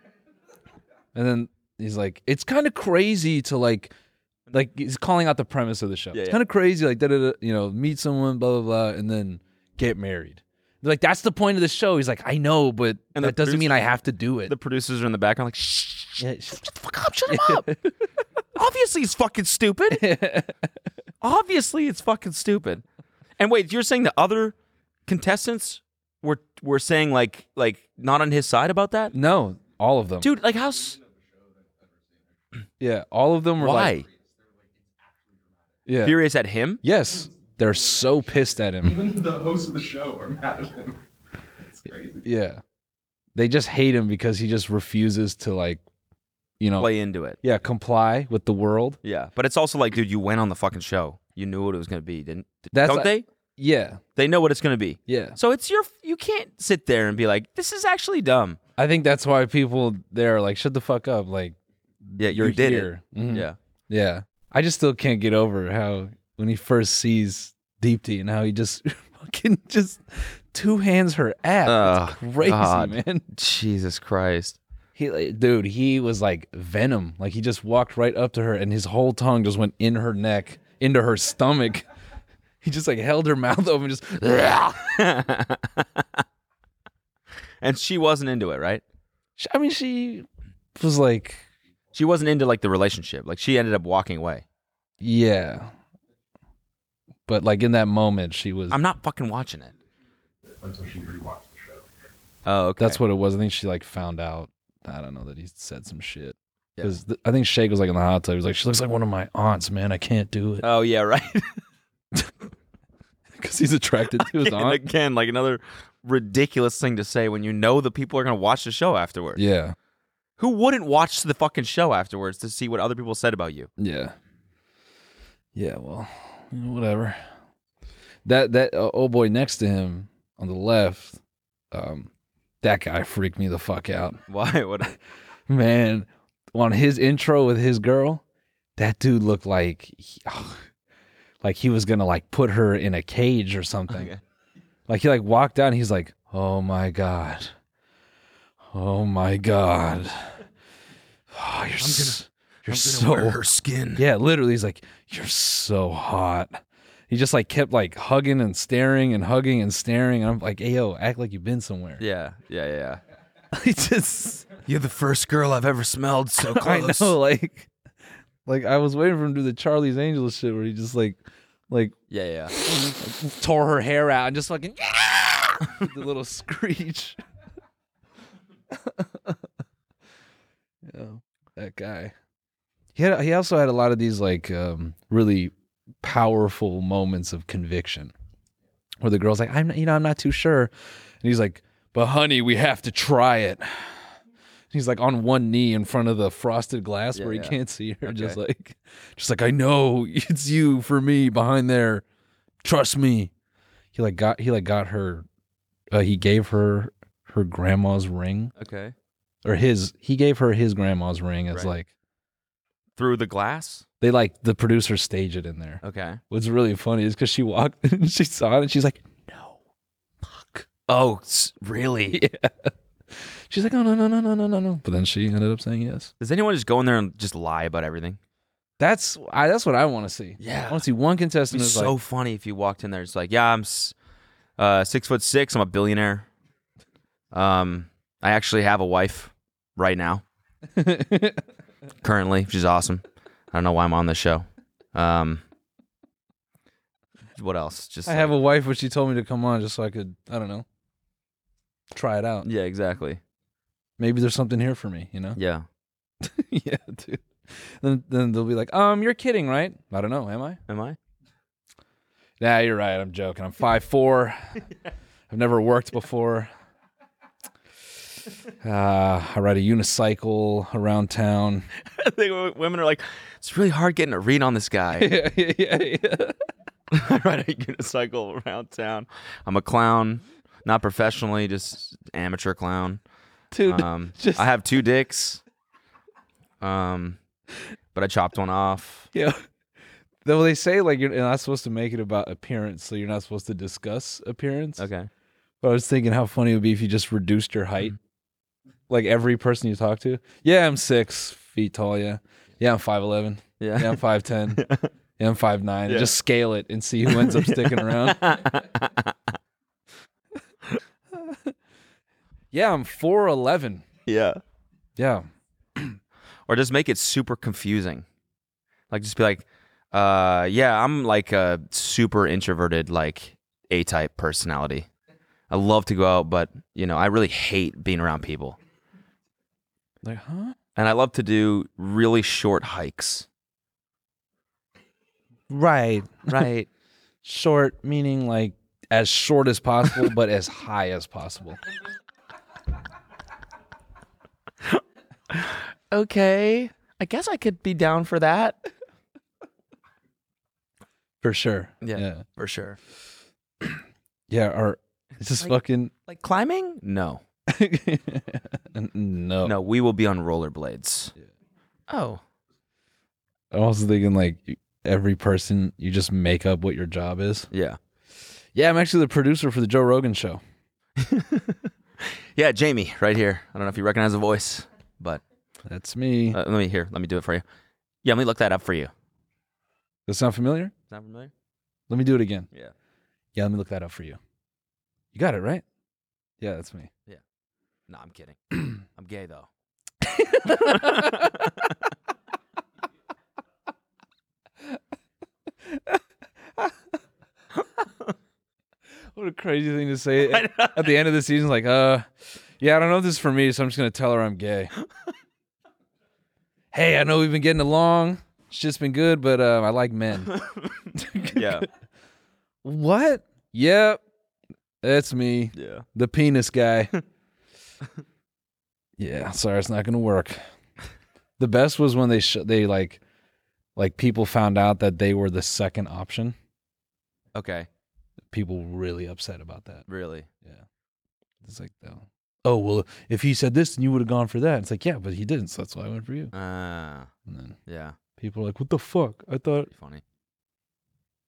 Speaker 1: then he's like, it's kind of crazy to like, like he's calling out the premise of the show.
Speaker 5: Yeah,
Speaker 1: it's
Speaker 5: yeah.
Speaker 1: kind of crazy, like, da da da, you know, meet someone, blah blah blah, and then get married. They're like, that's the point of the show. He's like, I know, but
Speaker 5: And the
Speaker 1: that doesn't mean I
Speaker 5: producer-
Speaker 1: have to do it.
Speaker 5: the producers are in the background like shh.
Speaker 1: Yeah,
Speaker 5: Fuck up, shut him up. Obviously he's fucking stupid. Obviously it's fucking stupid. And wait, you're saying the other contestants were were saying like like not on his side about that?
Speaker 1: No, all of them.
Speaker 5: Dude, like how s-
Speaker 1: Yeah, all of them were
Speaker 5: why?
Speaker 1: like, yeah.
Speaker 5: Furious at him?
Speaker 1: Yes, they're so pissed at him.
Speaker 12: Even the hosts of the show are mad at him. It's crazy.
Speaker 1: Yeah. They just hate him because he just refuses to like, you know,
Speaker 5: Play into it.
Speaker 1: Yeah, comply with the world.
Speaker 5: Yeah, but it's also like, dude, you went on the fucking show. You knew what it was gonna be, didn't?
Speaker 1: That's
Speaker 5: don't
Speaker 1: like-
Speaker 5: they?
Speaker 1: Yeah.
Speaker 5: They know what it's gonna be.
Speaker 1: Yeah.
Speaker 5: So it's your. You can't sit there and be like, this is actually dumb.
Speaker 1: I think that's why people there are like, shut the fuck up. Like,
Speaker 5: Yeah, you Mm-hmm. did it.
Speaker 1: Mhm.
Speaker 5: Yeah.
Speaker 1: Yeah. I just still can't get over how when he first sees Deepti and how he just fucking just two hands her ass. It's
Speaker 5: Oh,
Speaker 1: crazy,
Speaker 5: God.
Speaker 1: man.
Speaker 5: Jesus Christ.
Speaker 1: He, like, dude, he was like venom. Like he just walked right up to her, and his whole tongue just went in her neck, into her stomach. He just like held her mouth open, just.
Speaker 5: And she wasn't into it, right?
Speaker 1: I mean, she was like,
Speaker 5: she wasn't into like the relationship. Like she ended up walking away.
Speaker 1: yeah. But like in that moment, she was.
Speaker 5: I'm not fucking watching it.
Speaker 12: Until she rewatched the show.
Speaker 5: Oh, okay.
Speaker 1: That's what it was. I think she like found out. I don't know that he said some shit.
Speaker 5: Yeah.
Speaker 1: Because I think Shake was like in the hot tub. He was like, "She looks like one of my aunts, man. I can't do it."
Speaker 5: Oh yeah, right.
Speaker 1: Because he's attracted to his
Speaker 5: again,
Speaker 1: aunt.
Speaker 5: again, like another ridiculous thing to say when you know the people are gonna watch the show afterwards.
Speaker 1: Yeah.
Speaker 5: Who wouldn't watch the fucking show afterwards to see what other people said about you?
Speaker 1: Yeah. Yeah, well, you know, whatever. That that uh, old boy next to him on the left, um, that guy freaked me the fuck out.
Speaker 5: Why? What?
Speaker 1: Man, on his intro with his girl, that dude looked like he, like he was gonna like put her in a cage or something. Like he like walked out and he's like, "Oh my god, oh my god, oh, you're s- you're so
Speaker 5: gonna wear her skin."
Speaker 1: Yeah, literally, he's like, "You're so hot." He just like kept like hugging and staring and hugging and staring. And I'm like, "Hey yo, act like you've been somewhere."
Speaker 5: Yeah, yeah, yeah.
Speaker 1: He just
Speaker 5: You're the first girl I've ever smelled so
Speaker 1: I know, like, like I was waiting for him to do the Charlie's Angels shit where he just like, like,
Speaker 5: yeah,
Speaker 1: yeah, tore her hair out and just fucking the little screech. yeah, that guy. He had, he also had a lot of these like um, really powerful moments of conviction, where the girl's like, "I'm not- you know I'm not too sure," and he's like, "But honey, we have to try it." He's like on one knee in front of the frosted glass
Speaker 5: Yeah,
Speaker 1: where he
Speaker 5: yeah.
Speaker 1: can't see her, just
Speaker 5: Okay.
Speaker 1: like, just like I know it's you for me behind there. Trust me. He like got he like got her uh, he gave her her grandma's ring.
Speaker 5: Okay.
Speaker 1: Or his, he gave her his grandma's ring as
Speaker 5: Right.
Speaker 1: like
Speaker 5: Through the glass?
Speaker 1: they like the producer stage it in there.
Speaker 5: Okay.
Speaker 1: What's really funny is because she walked and she saw it and she's like,
Speaker 5: Oh, s- really?
Speaker 1: Yeah. she's like, oh no no no no no no no. But then she ended up saying yes.
Speaker 5: Does anyone just go in there and just lie about everything?
Speaker 1: That's I, that's what I want to see.
Speaker 5: Yeah.
Speaker 1: I want to see one
Speaker 5: It'd be
Speaker 1: contestant. who's
Speaker 5: so
Speaker 1: like,
Speaker 5: funny if you walked in there. It's like, yeah, I'm s- uh, six foot six. I'm a billionaire. Um, I actually have a wife right now. Currently, she's awesome. I don't know why I'm on this show. Um, what else? Just
Speaker 1: I have a wife, but she told me to come on just so I could I don't know try it out.
Speaker 5: Yeah, exactly.
Speaker 1: Maybe there's something here for me. You know.
Speaker 5: Yeah.
Speaker 1: yeah, dude. Then then they'll be like, um, you're kidding, right? I don't know. Am I?
Speaker 5: Am I?
Speaker 1: Nah, you're right. I'm joking. I'm five four. I've never worked before. Uh, I ride a unicycle around town.
Speaker 5: I think w- women are like, it's really hard getting a read on this guy.
Speaker 1: Yeah, yeah, yeah,
Speaker 5: I ride a unicycle around town. I'm a clown, not professionally, just amateur clown.
Speaker 1: Dude,
Speaker 5: um,
Speaker 1: just-
Speaker 5: I have two dicks. Um, but I chopped one off.
Speaker 1: Yeah. Though they say like you're not supposed to make it about appearance, so you're not supposed to discuss appearance.
Speaker 5: Okay.
Speaker 1: But I was thinking how funny it would be if you just reduced your height. Like every person you talk to. Yeah, I'm six feet tall, yeah. Yeah, I'm five eleven.
Speaker 5: Yeah.
Speaker 1: Yeah, I'm five ten. yeah, I'm five nine.
Speaker 5: Yeah.
Speaker 1: Just scale it and see who ends up sticking around. yeah, I'm four eleven.
Speaker 5: Yeah.
Speaker 1: Yeah.
Speaker 5: or just make it super confusing. Like just be like, uh, yeah, I'm like a super introverted, like A type personality. I love to go out, but you know, I really hate being around people.
Speaker 1: Like, huh?
Speaker 5: And I love to do really short hikes.
Speaker 1: Right.
Speaker 5: Right.
Speaker 1: short meaning like as short as possible, but as high as possible.
Speaker 5: Okay. I guess I could be down for that.
Speaker 1: For sure.
Speaker 5: Yeah.
Speaker 1: Yeah.
Speaker 5: For sure.
Speaker 1: Yeah. Or it's just fucking
Speaker 5: Like climbing? No.
Speaker 1: no.
Speaker 5: No, we will be on rollerblades. Oh.
Speaker 1: I'm also thinking like every person you just make up what your job is.
Speaker 5: Yeah.
Speaker 1: Yeah, I'm actually the producer for the Joe Rogan show.
Speaker 5: Yeah, Jamie, right here. I don't know if you recognize the voice, but uh,
Speaker 1: that's me.
Speaker 5: let me hear. Let me do it for you. Yeah, let me look that up for you.
Speaker 1: Does that sound familiar?
Speaker 5: Sound familiar?
Speaker 1: Let me do it again.
Speaker 5: Yeah.
Speaker 1: Yeah, let me look that up for you. You got it, right? Yeah, that's me.
Speaker 5: Yeah. No, I'm kidding. I'm gay though.
Speaker 1: What a crazy thing to say at, at the end of the season. Like, uh, yeah, I don't know if this is for me, so I'm just gonna tell her I'm gay. hey, I know we've been getting along. It's just been good, but uh, I like men.
Speaker 5: yeah.
Speaker 1: what? Yep, that's me.
Speaker 5: Yeah.
Speaker 1: the penis guy. yeah, sorry, it's not gonna work. The best was when they sh- they like, like people found out that they were the second option.
Speaker 5: Okay.
Speaker 1: People really upset about that.
Speaker 5: Really?
Speaker 1: Yeah. It's like no. Oh well, if he said this, then you would have gone for that. It's like yeah, but he didn't, so that's why I went for you.
Speaker 5: Uh,
Speaker 1: And then
Speaker 5: yeah.
Speaker 1: people are like, "What the fuck?" I thought.
Speaker 5: Funny.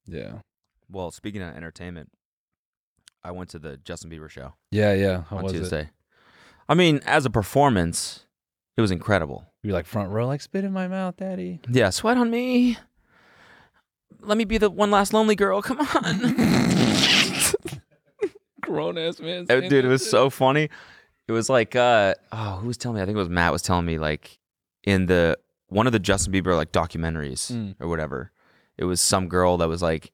Speaker 1: Yeah.
Speaker 5: Well, speaking of entertainment, I went to the Justin Bieber show
Speaker 1: Yeah, yeah. How
Speaker 5: on
Speaker 1: was
Speaker 5: Tuesday.
Speaker 1: it?
Speaker 5: I mean, as a performance, it was incredible.
Speaker 1: You were like front row, like spit in my mouth, daddy.
Speaker 5: Yeah, sweat on me. Let me be the one last lonely girl. Come on.
Speaker 1: Grown ass man.
Speaker 5: Uh, dude, it was so funny. It was like, uh, oh, who was telling me? I think it was Matt was telling me, like, in the one of the Justin Bieber like documentaries
Speaker 1: Mm.
Speaker 5: or whatever. It was some girl that was like,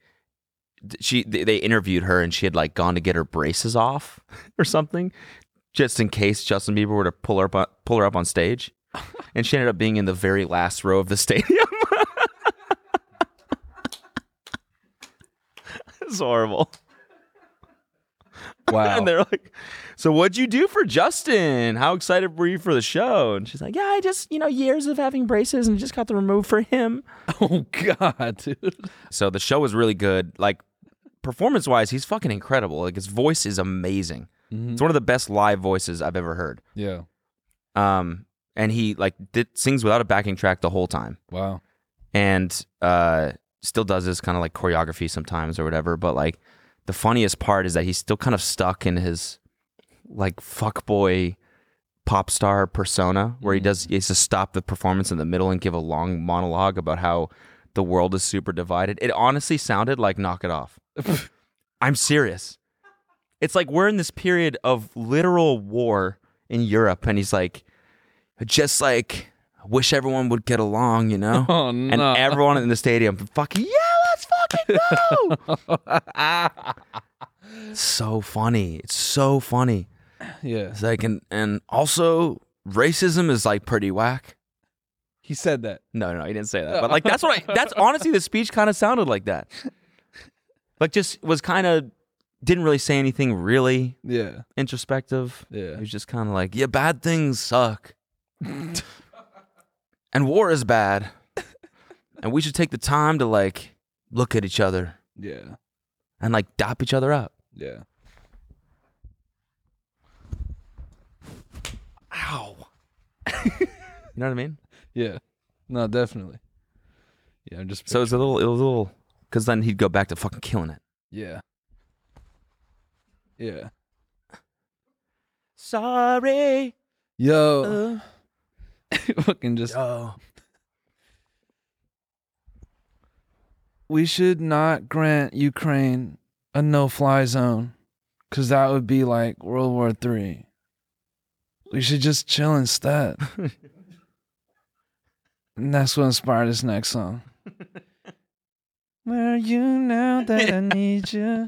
Speaker 5: d- she they they interviewed her and she had like gone to get her braces off or something, just in case Justin Bieber were to pull her up on, pull her up on stage, and she ended up being in the very last row of the stadium. it's horrible.
Speaker 1: Wow.
Speaker 5: And they're like, "So what'd you do for Justin? How excited were you for the show?" And she's like, "Yeah, I just you know years of having braces and just got them removed for him."
Speaker 1: oh god, dude.
Speaker 5: So the show was really good. Like performance wise, he's fucking incredible. Like his voice is amazing.
Speaker 1: Mhm.
Speaker 5: It's one of the best live voices I've ever heard.
Speaker 1: Yeah.
Speaker 5: Um, and he like did, sings without a backing track the whole time.
Speaker 1: Wow.
Speaker 5: And uh, still does this kind of like choreography sometimes or whatever. But like the funniest part is that he's still kind of stuck in his like fuckboy pop star persona where he does he has to stop the performance in the middle and give a long monologue about how the world is super divided. It honestly sounded like knock it off. I'm serious. It's like we're in this period of literal war in Europe and he's like just like I wish everyone would get along, you know?
Speaker 1: Oh,
Speaker 5: And
Speaker 1: no.
Speaker 5: everyone in the stadium fucking yeah, let's fucking go. so funny. It's so funny.
Speaker 1: Yeah.
Speaker 5: It's like and and also racism is like pretty whack.
Speaker 1: He said that.
Speaker 5: No, no, he didn't say that. But like that's what I that's honestly the speech kind of sounded like that. Like just was kind of didn't really say anything really
Speaker 1: Yeah.
Speaker 5: introspective.
Speaker 1: Yeah.
Speaker 5: He was just kind of like, yeah, bad things suck. and war is bad. and we should take the time to like look at each other
Speaker 1: Yeah.
Speaker 5: and like dop each other up.
Speaker 1: Yeah.
Speaker 5: You know what I mean?
Speaker 1: Yeah. No, definitely. Yeah, I'm just
Speaker 5: So it's a little, it was a little, because then he'd go back to fucking killing it.
Speaker 1: Yeah. Yeah.
Speaker 5: Sorry.
Speaker 1: Yo. Uh. Fucking just.
Speaker 5: Yo.
Speaker 1: We should not grant Ukraine a no-fly zone, because that would be like World War Three. We should just chill instead. and that's what inspired this next song. Where are you now that I need you?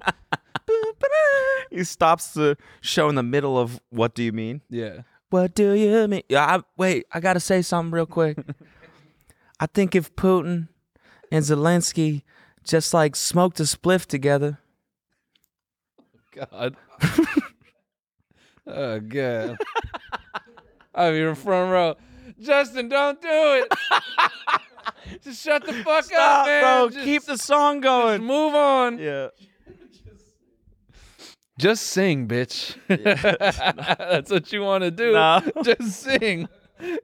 Speaker 5: He stops the show in the middle of what do you mean?
Speaker 1: Yeah.
Speaker 5: What do you mean? Yeah, I, wait, I gotta say something real quick. I think if Putin and Zelensky just like smoked a spliff together,
Speaker 1: God. oh God. I'm your front row. Justin, don't do it. Just shut the fuck up, man.
Speaker 5: bro,
Speaker 1: Just
Speaker 5: keep the song going.
Speaker 1: move on.
Speaker 5: Yeah.
Speaker 1: Just sing, bitch. That's what you want to do.
Speaker 5: No.
Speaker 1: Just sing.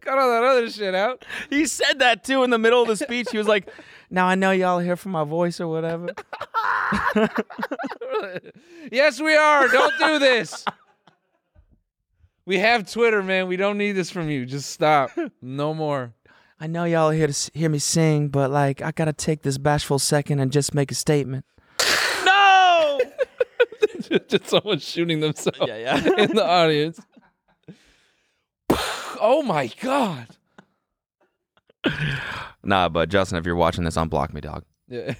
Speaker 1: Cut all that other shit out.
Speaker 5: He said that too in the middle of the speech. He was like, "Now I know y'all hear from my voice or whatever."
Speaker 1: Yes, we are. Don't do this. We have Twitter, man. We don't need this from you. Just stop. No more.
Speaker 5: I know y'all here to s- hear me sing, but like I gotta take this bashful second and just make a statement. no.
Speaker 1: Just someone shooting themselves
Speaker 5: Yeah, yeah.
Speaker 1: in the audience. oh my god.
Speaker 5: Nah, but Justin, if you're watching this, unblock me, dog.
Speaker 1: Yeah.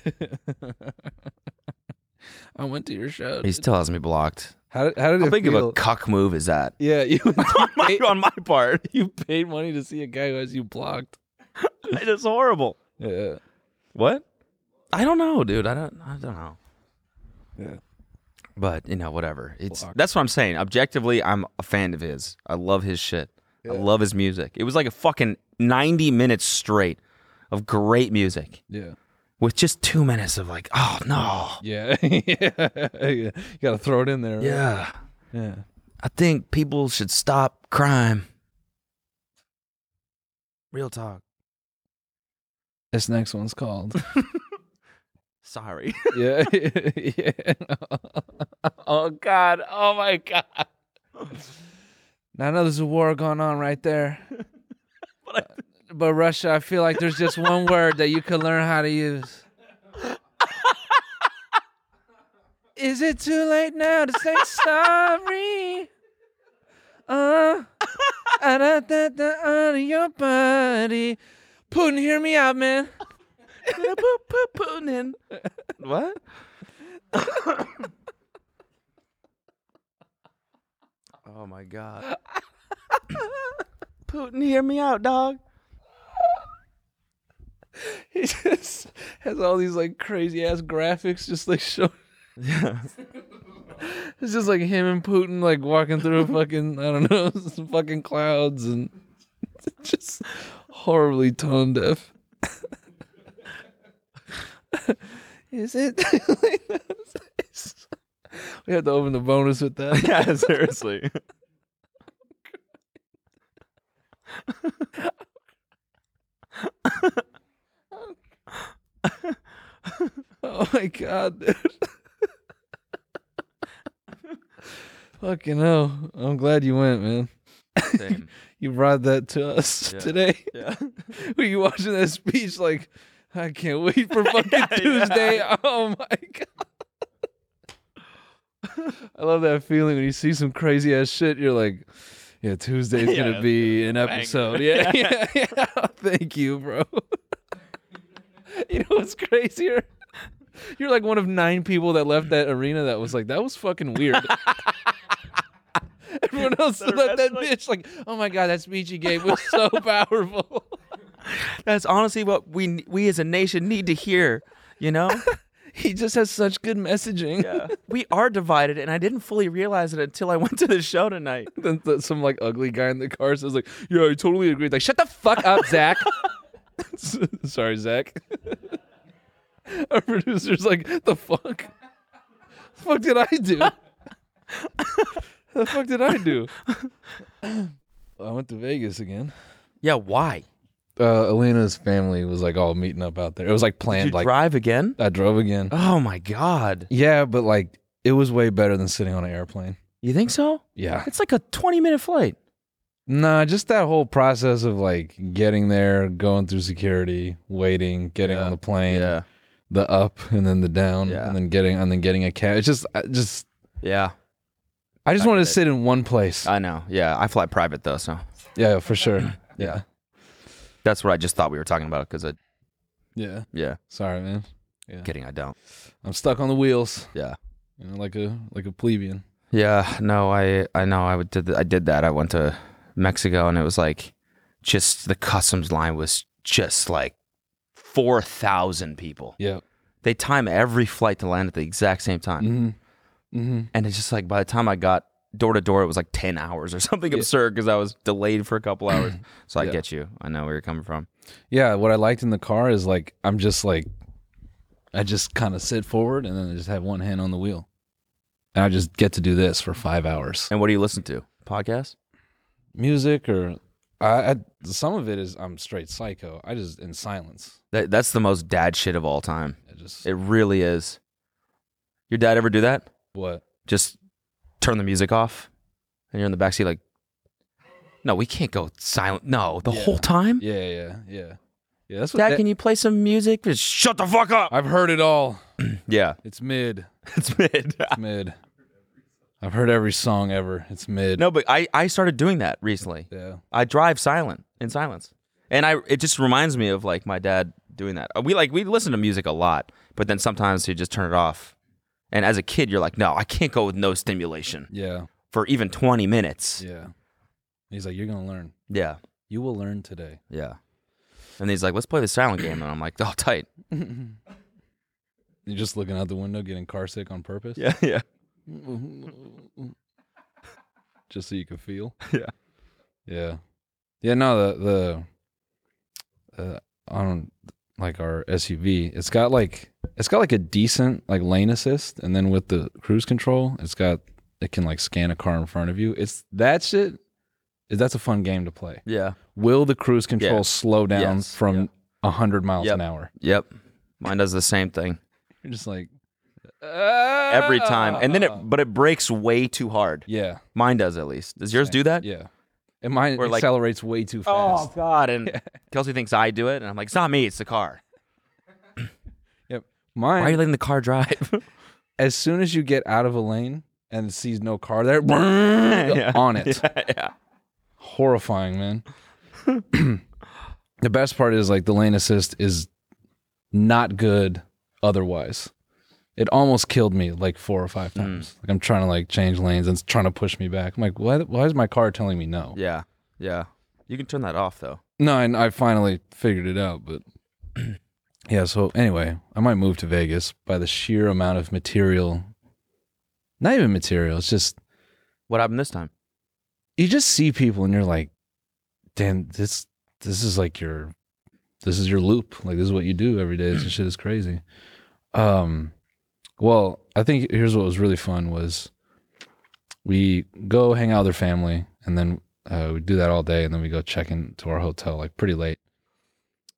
Speaker 1: I went to your show.
Speaker 5: He still has me blocked.
Speaker 1: How, how did
Speaker 5: How
Speaker 1: it
Speaker 5: big of
Speaker 1: feel?
Speaker 5: a cuck move is that?
Speaker 1: yeah, you
Speaker 5: on, my, on my part,
Speaker 1: you paid money to see a guy who has you blocked.
Speaker 5: it is horrible.
Speaker 1: Yeah.
Speaker 5: What? I don't know, dude. I don't. I don't know.
Speaker 1: Yeah.
Speaker 5: But you know, whatever. It's that's what I'm saying. Objectively, I'm a fan of his. I love his shit. I love his music. It was like a fucking 90 minutes straight of great music
Speaker 1: Yeah.
Speaker 5: with just two minutes of like, oh no,
Speaker 1: Yeah. yeah. You got to throw it in there. right?
Speaker 5: yeah.
Speaker 1: Yeah.
Speaker 5: I think people should stop crime. Real talk.
Speaker 1: This next one's called.
Speaker 5: Sorry.
Speaker 1: yeah. yeah. oh god. Oh my god. Now I know there's a war going on right there. Uh, but, Russia, I feel like there's just one word that you could learn how to use. Is it too late now to say sorry? Uh, ah, da, da, da, out of your body. Putin, hear me out, man.
Speaker 5: Putin. What? oh my god. Putin, hear me out, dog.
Speaker 1: He just has all these like crazy ass graphics, just like show.
Speaker 5: Yeah.
Speaker 1: It's just like him and Putin like walking through fucking I don't know some fucking clouds and just horribly tone deaf. Is it? We had to open the bonus with that.
Speaker 5: Yeah, seriously.
Speaker 1: oh my god, dude. Fucking hell. I'm glad you went, man.
Speaker 5: Same.
Speaker 1: you brought that to us
Speaker 5: Yeah.
Speaker 1: today.
Speaker 5: Yeah.
Speaker 1: Were you watching that speech like I can't wait for fucking
Speaker 5: Yeah, yeah.
Speaker 1: Tuesday? Oh my god. I love that feeling when you see some crazy ass shit, you're like, Yeah, Tuesday's
Speaker 5: Yeah,
Speaker 1: gonna be an
Speaker 5: banger.
Speaker 1: episode. Yeah, yeah, yeah. Thank you, bro. you know what's crazier? You're like one of nine people that left that arena that was like, that was fucking weird. Everyone else
Speaker 5: The
Speaker 1: left that
Speaker 5: rest,
Speaker 1: bitch like,
Speaker 5: like-
Speaker 1: oh my god, that speech you gave was so powerful.
Speaker 5: That's honestly what we we as a nation need to hear. You know,
Speaker 1: he just has such good messaging.
Speaker 5: Yeah. we are divided, and I didn't fully realize it until I went to the show tonight.
Speaker 1: then th- some like ugly guy in the car says like, yeah, I totally agree. Like, shut the fuck up, Zach. S- Sorry, Zach. Our producer's like, the fuck? The fuck did I do? the fuck did I do? I went to Vegas again.
Speaker 5: Yeah, why?
Speaker 1: Uh, Elena's family was like all meeting up out there. It was like planned.
Speaker 5: you
Speaker 1: like
Speaker 5: drive again?
Speaker 1: I drove again.
Speaker 5: Oh my god,
Speaker 1: Yeah, but like it was way better than sitting on an airplane.
Speaker 5: you think so?
Speaker 1: Yeah.
Speaker 5: It's like a twenty-minute flight.
Speaker 1: Nah, just that whole process of like getting there, going through security, waiting, getting on the plane,
Speaker 5: Yeah.
Speaker 1: the up and then the down,
Speaker 5: Yeah.
Speaker 1: and then getting and then getting a cab. It's just, I just,
Speaker 5: Yeah,
Speaker 1: I just
Speaker 5: I
Speaker 1: wanted to
Speaker 5: get it.
Speaker 1: sit in one place.
Speaker 5: I know. Yeah, I fly private though, so
Speaker 1: yeah, for sure. Yeah,
Speaker 5: that's what I just thought we were talking about. Because I,
Speaker 1: yeah.
Speaker 5: yeah,
Speaker 1: Sorry, man. Yeah,
Speaker 5: kidding, I don't.
Speaker 1: I'm stuck on the wheels.
Speaker 5: Yeah.
Speaker 1: You know, like a like a plebeian.
Speaker 5: Yeah, no, I I know I would did th- I did that. I went to Mexico and it was like just the customs line was just like 4,000 people.
Speaker 1: Yeah.
Speaker 5: They time every flight to land at the exact same time.
Speaker 1: Mm-hmm. Mm-hmm.
Speaker 5: And it's just like by the time I got door to door it was like 10 hours or something
Speaker 1: Yeah.
Speaker 5: absurd cuz I was delayed for a couple hours. So I
Speaker 1: Yeah.
Speaker 5: get you. I know where you're coming from.
Speaker 1: Yeah, what I liked in the car is like I'm just like I just kind of sit forward and then I just have one hand on the wheel. And I just get to do this for 5 hours.
Speaker 5: And what do you listen to? Podcast?
Speaker 1: Music or I, I some of it is I'm straight psycho. I just in silence.
Speaker 5: That, that's the most dad shit of all time.
Speaker 1: I just
Speaker 5: It really is. Your dad ever do that?
Speaker 1: what?
Speaker 5: just turn the music off and you're in the backseat like no we can't go silent no the
Speaker 1: Yeah.
Speaker 5: whole time
Speaker 1: Yeah, yeah, yeah. Yeah, that's what
Speaker 5: dad
Speaker 1: that-
Speaker 5: can you play some music just shut the fuck up
Speaker 1: I've heard it all.
Speaker 5: yeah
Speaker 1: It's mid.
Speaker 5: it's mid
Speaker 1: It's mid. I've heard every song ever. It's mid.
Speaker 5: no but i i started doing that recently
Speaker 1: Yeah.
Speaker 5: i drive silent in silence and i it just reminds me of like my dad doing that we like we listen to music a lot but then sometimes you just turn it off and as a kid you're like no Oh, i can't go with no stimulation
Speaker 1: Yeah.
Speaker 5: for even 20 minutes
Speaker 1: Yeah. He's like you're going to learn.
Speaker 5: yeah
Speaker 1: You will learn today.
Speaker 5: Yeah. And he's like, let's play the silent game. And I'm like, oh, tight.
Speaker 1: You're just looking out the window getting car sick on purpose.
Speaker 5: yeah.
Speaker 1: just so you can feel.
Speaker 5: Yeah.
Speaker 1: Yeah, yeah. No, the the uh, on like our SUV, it's got like it's got like a decent like lane assist, and then with the cruise control, it's got it can like scan a car in front of you. It's that shit. That's a fun game to play.
Speaker 5: Yeah.
Speaker 1: Will the cruise control
Speaker 5: Yeah.
Speaker 1: slow down
Speaker 5: Yes.
Speaker 1: from a hundred miles
Speaker 5: Yep.
Speaker 1: an hour?
Speaker 5: Yep. Mine does the same thing
Speaker 1: You're just like
Speaker 5: every time. And then it,
Speaker 1: "Ah."
Speaker 5: but it breaks way too hard.
Speaker 1: yeah,
Speaker 5: Mine does at least. Does yours do that?
Speaker 1: yeah. And mine
Speaker 5: Or, like-
Speaker 1: accelerates way too fast.
Speaker 5: Oh, God. And Kelsey thinks I do it. And I'm like, it's not me. It's the car.
Speaker 1: Yep.
Speaker 5: Why are
Speaker 1: Mine
Speaker 5: you letting the car drive?
Speaker 1: as soon as you get out of a lane and it sees no car there, on it.
Speaker 5: Yeah. yeah.
Speaker 1: Horrifying, man. the best part is like the lane assist is not good otherwise. It almost killed me like four or
Speaker 5: Hmm.
Speaker 1: five times. Like I'm trying to like change lanes and it's trying to push me back. I'm like, why? Why is my car telling me no?
Speaker 5: Yeah. Yeah. You can turn that off, though.
Speaker 1: No, and I finally figured it out. But yeah, so anyway, I might move to Vegas by the sheer amount of material. Not even material. It's just
Speaker 5: What happened this time?
Speaker 1: you just see people and you're like, damn, this this is like your this is your loop. Like this is what you do every day. This shit is crazy. Um Well, I think here's what was really fun was we go hang out with their family, and then uh, we do that all day, and then we go check into our hotel like pretty late,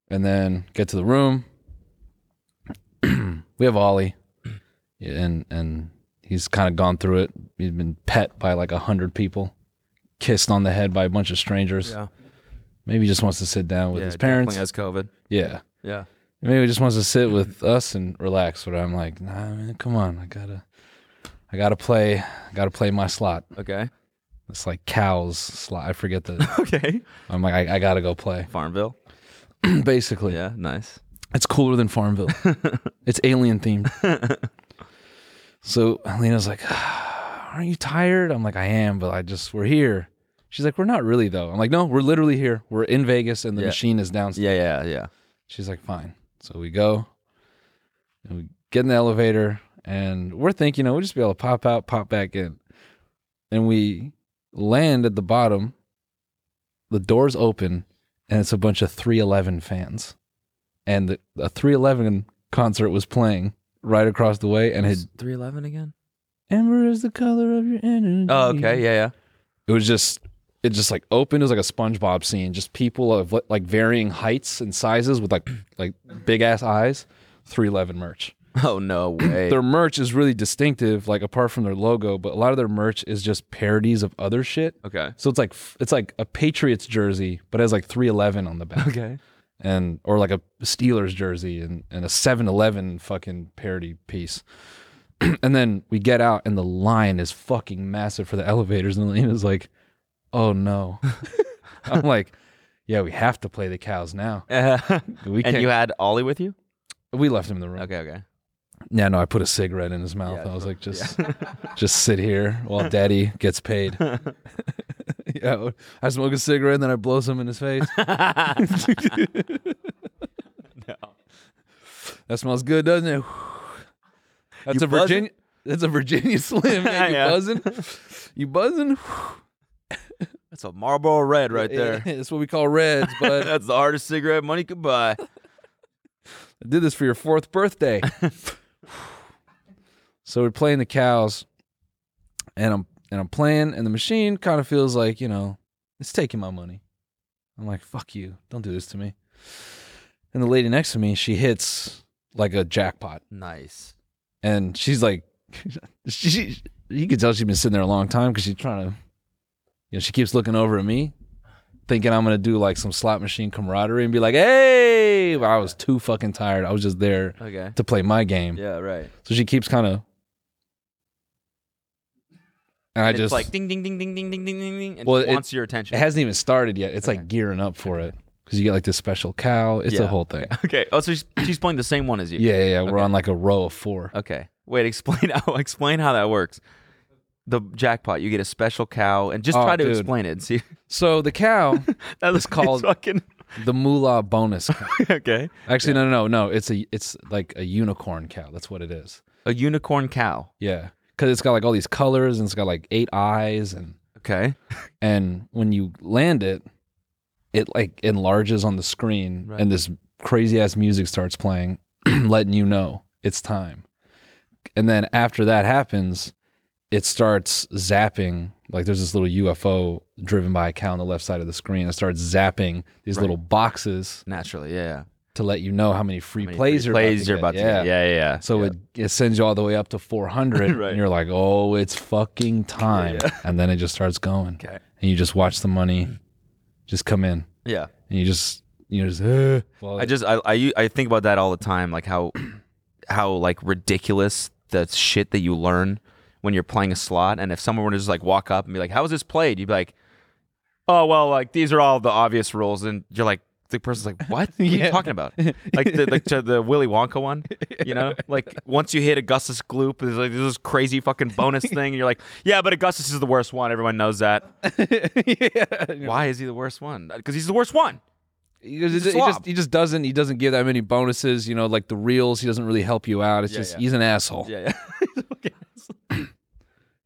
Speaker 1: and then get to the room. we have Ollie, and and he's kind of gone through it. He's been pet by like a hundred people, kissed on the head by a bunch of strangers.
Speaker 5: Yeah.
Speaker 1: Maybe he just wants to sit down with
Speaker 5: Yeah,
Speaker 1: his parents.
Speaker 5: definitely has COVID.
Speaker 1: Yeah.
Speaker 5: Yeah.
Speaker 1: Maybe he just wants to sit with us and relax. But I'm like, nah, man, come on, I gotta, I gotta play, I gotta play my slot.
Speaker 5: Okay.
Speaker 1: It's like cows slot. I forget the.
Speaker 5: okay.
Speaker 1: I'm like, I, I gotta go play
Speaker 5: Farmville.
Speaker 1: Basically.
Speaker 5: Yeah. Nice.
Speaker 1: It's cooler than Farmville. it's alien themed. so Lena's like, "Ah, aren't you tired? I'm like, I am, but I just we're here. She's like, we're not really though. I'm like, no, we're literally here. We're in Vegas, and the
Speaker 5: Yeah.
Speaker 1: machine is downstairs.
Speaker 5: Yeah, yeah, yeah.
Speaker 1: She's like, fine. So we go, and we get in the elevator, and we're thinking, you know, we'll just be able to pop out, pop back in, and we land at the bottom. The doors open, and it's a bunch of 311 fans, and the, a 311 concert was playing right across the way, and had
Speaker 5: Three eleven again.
Speaker 1: Amber is the color of your energy.
Speaker 5: Oh, okay. Yeah, yeah.
Speaker 1: It was just it just like opened. It was like a SpongeBob scene. Just people of li- like varying heights and sizes with like like big ass eyes. Three Eleven merch.
Speaker 5: Oh no way.
Speaker 1: Their merch is really distinctive, like apart from their logo, but a lot of their merch is just parodies of other shit.
Speaker 5: Okay.
Speaker 1: So it's like f- it's like a Patriots jersey, but has like 311 on the back.
Speaker 5: Okay.
Speaker 1: And or like a Steelers jersey and, and a 7-Eleven fucking parody piece. and then we get out and the line is fucking massive for the elevators and Lena's like, "Oh no." I'm like, "Yeah, we have to play the cows now." we
Speaker 5: and
Speaker 1: can't-
Speaker 5: you had Ollie with you?
Speaker 1: We left him in the room.
Speaker 5: Okay, okay.
Speaker 1: Yeah, no, I put a cigarette in his mouth. I was like, just, just sit here while Daddy gets paid. yeah, I smoke a cigarette and then I blow some in his face. That smells good, doesn't it? That's
Speaker 5: You
Speaker 1: a
Speaker 5: buzzing?
Speaker 1: Virginia. That's a Virginia Slim. Man. You
Speaker 5: Yeah.
Speaker 1: buzzing? You buzzing?
Speaker 5: That's a Marlboro Red right there.
Speaker 1: That's what we call reds, bud.
Speaker 5: That's the hardest cigarette money could buy.
Speaker 1: I did this for your fourth birthday. so we're playing the cows, and I'm and I'm playing, and the machine kind of feels like you know it's taking my money. I'm like, fuck you, don't do this to me. And the lady next to me, she hits like a jackpot.
Speaker 5: Nice.
Speaker 1: and she's like, she, she you could tell she's been sitting there a long time because she's trying to, you know, she keeps looking over at me, thinking I'm gonna do like some slot machine camaraderie and be like, hey, but I was too fucking tired. I was just there
Speaker 5: Okay.
Speaker 1: to play my game.
Speaker 5: Yeah, right.
Speaker 1: So she keeps kind of, and I
Speaker 5: it's
Speaker 1: just
Speaker 5: like ding ding ding ding ding ding ding ding ding and
Speaker 1: well,
Speaker 5: it
Speaker 1: it-
Speaker 5: wants your attention.
Speaker 1: It hasn't even started yet. It's like gearing up for it because you get like this special cow. It's
Speaker 5: Yeah.
Speaker 1: a whole thing.
Speaker 5: Okay. Oh, so she's, she's playing the same one as you.
Speaker 1: Yeah, yeah, yeah. We're on like a row of four.
Speaker 5: Okay. Wait, explain how explain how that works. The jackpot, you get a special cow, and just
Speaker 1: Oh,
Speaker 5: try to
Speaker 1: dude.
Speaker 5: explain it. and See,
Speaker 1: So the cow
Speaker 5: that
Speaker 1: is called
Speaker 5: fucking
Speaker 1: the moolah bonus. cow.
Speaker 5: okay.
Speaker 1: Actually, no, no, no, no. It's a it's like a unicorn cow. That's what it is.
Speaker 5: A unicorn cow.
Speaker 1: Yeah, because it's got like all these colors and it's got like eight eyes and
Speaker 5: okay.
Speaker 1: And when you land it, it like enlarges on the screen
Speaker 5: Right.
Speaker 1: and this crazy ass music starts playing, letting you know it's time. And then after that happens, it starts zapping. Like there's this little UFO driven by a cow on the left side of the screen. It starts zapping these
Speaker 5: Right.
Speaker 1: little boxes
Speaker 5: naturally, yeah,
Speaker 1: to let you know how many free
Speaker 5: many free
Speaker 1: plays you're
Speaker 5: plays you're
Speaker 1: about to get.
Speaker 5: about to get. Yeah, yeah, yeah.
Speaker 1: So It, it sends you all the way up to 400,
Speaker 5: Right.
Speaker 1: and you're like, oh, it's fucking time, and then it just starts going.
Speaker 5: Okay.
Speaker 1: And you just watch the money just come in,
Speaker 5: Yeah.
Speaker 1: and you just you just uh,
Speaker 5: I just I, I u- I think about that all the time, like how how like ridiculous the shit that you learn when you're playing a slot, and if someone were to just like walk up and be like, "How is this played?" You'd be like, "Oh well, like these are all the obvious rules," and you're like, the person's like, "What? What are you
Speaker 1: Yeah.
Speaker 5: talking about?" Like the like to the Willy Wonka one, you know? Like once you hit Augustus Gloop, there's like there's this crazy fucking bonus thing, and you're like, "Yeah, but Augustus is the worst one. Everyone knows that." Why is he the worst one? Because he's the worst one.
Speaker 1: he just,
Speaker 5: a
Speaker 1: he just
Speaker 5: slob.
Speaker 1: he just doesn't he doesn't give that many bonuses. You know, like the reels, he doesn't really help you out. It's
Speaker 5: Yeah,
Speaker 1: just
Speaker 5: yeah.
Speaker 1: he's an asshole.
Speaker 5: Yeah, yeah.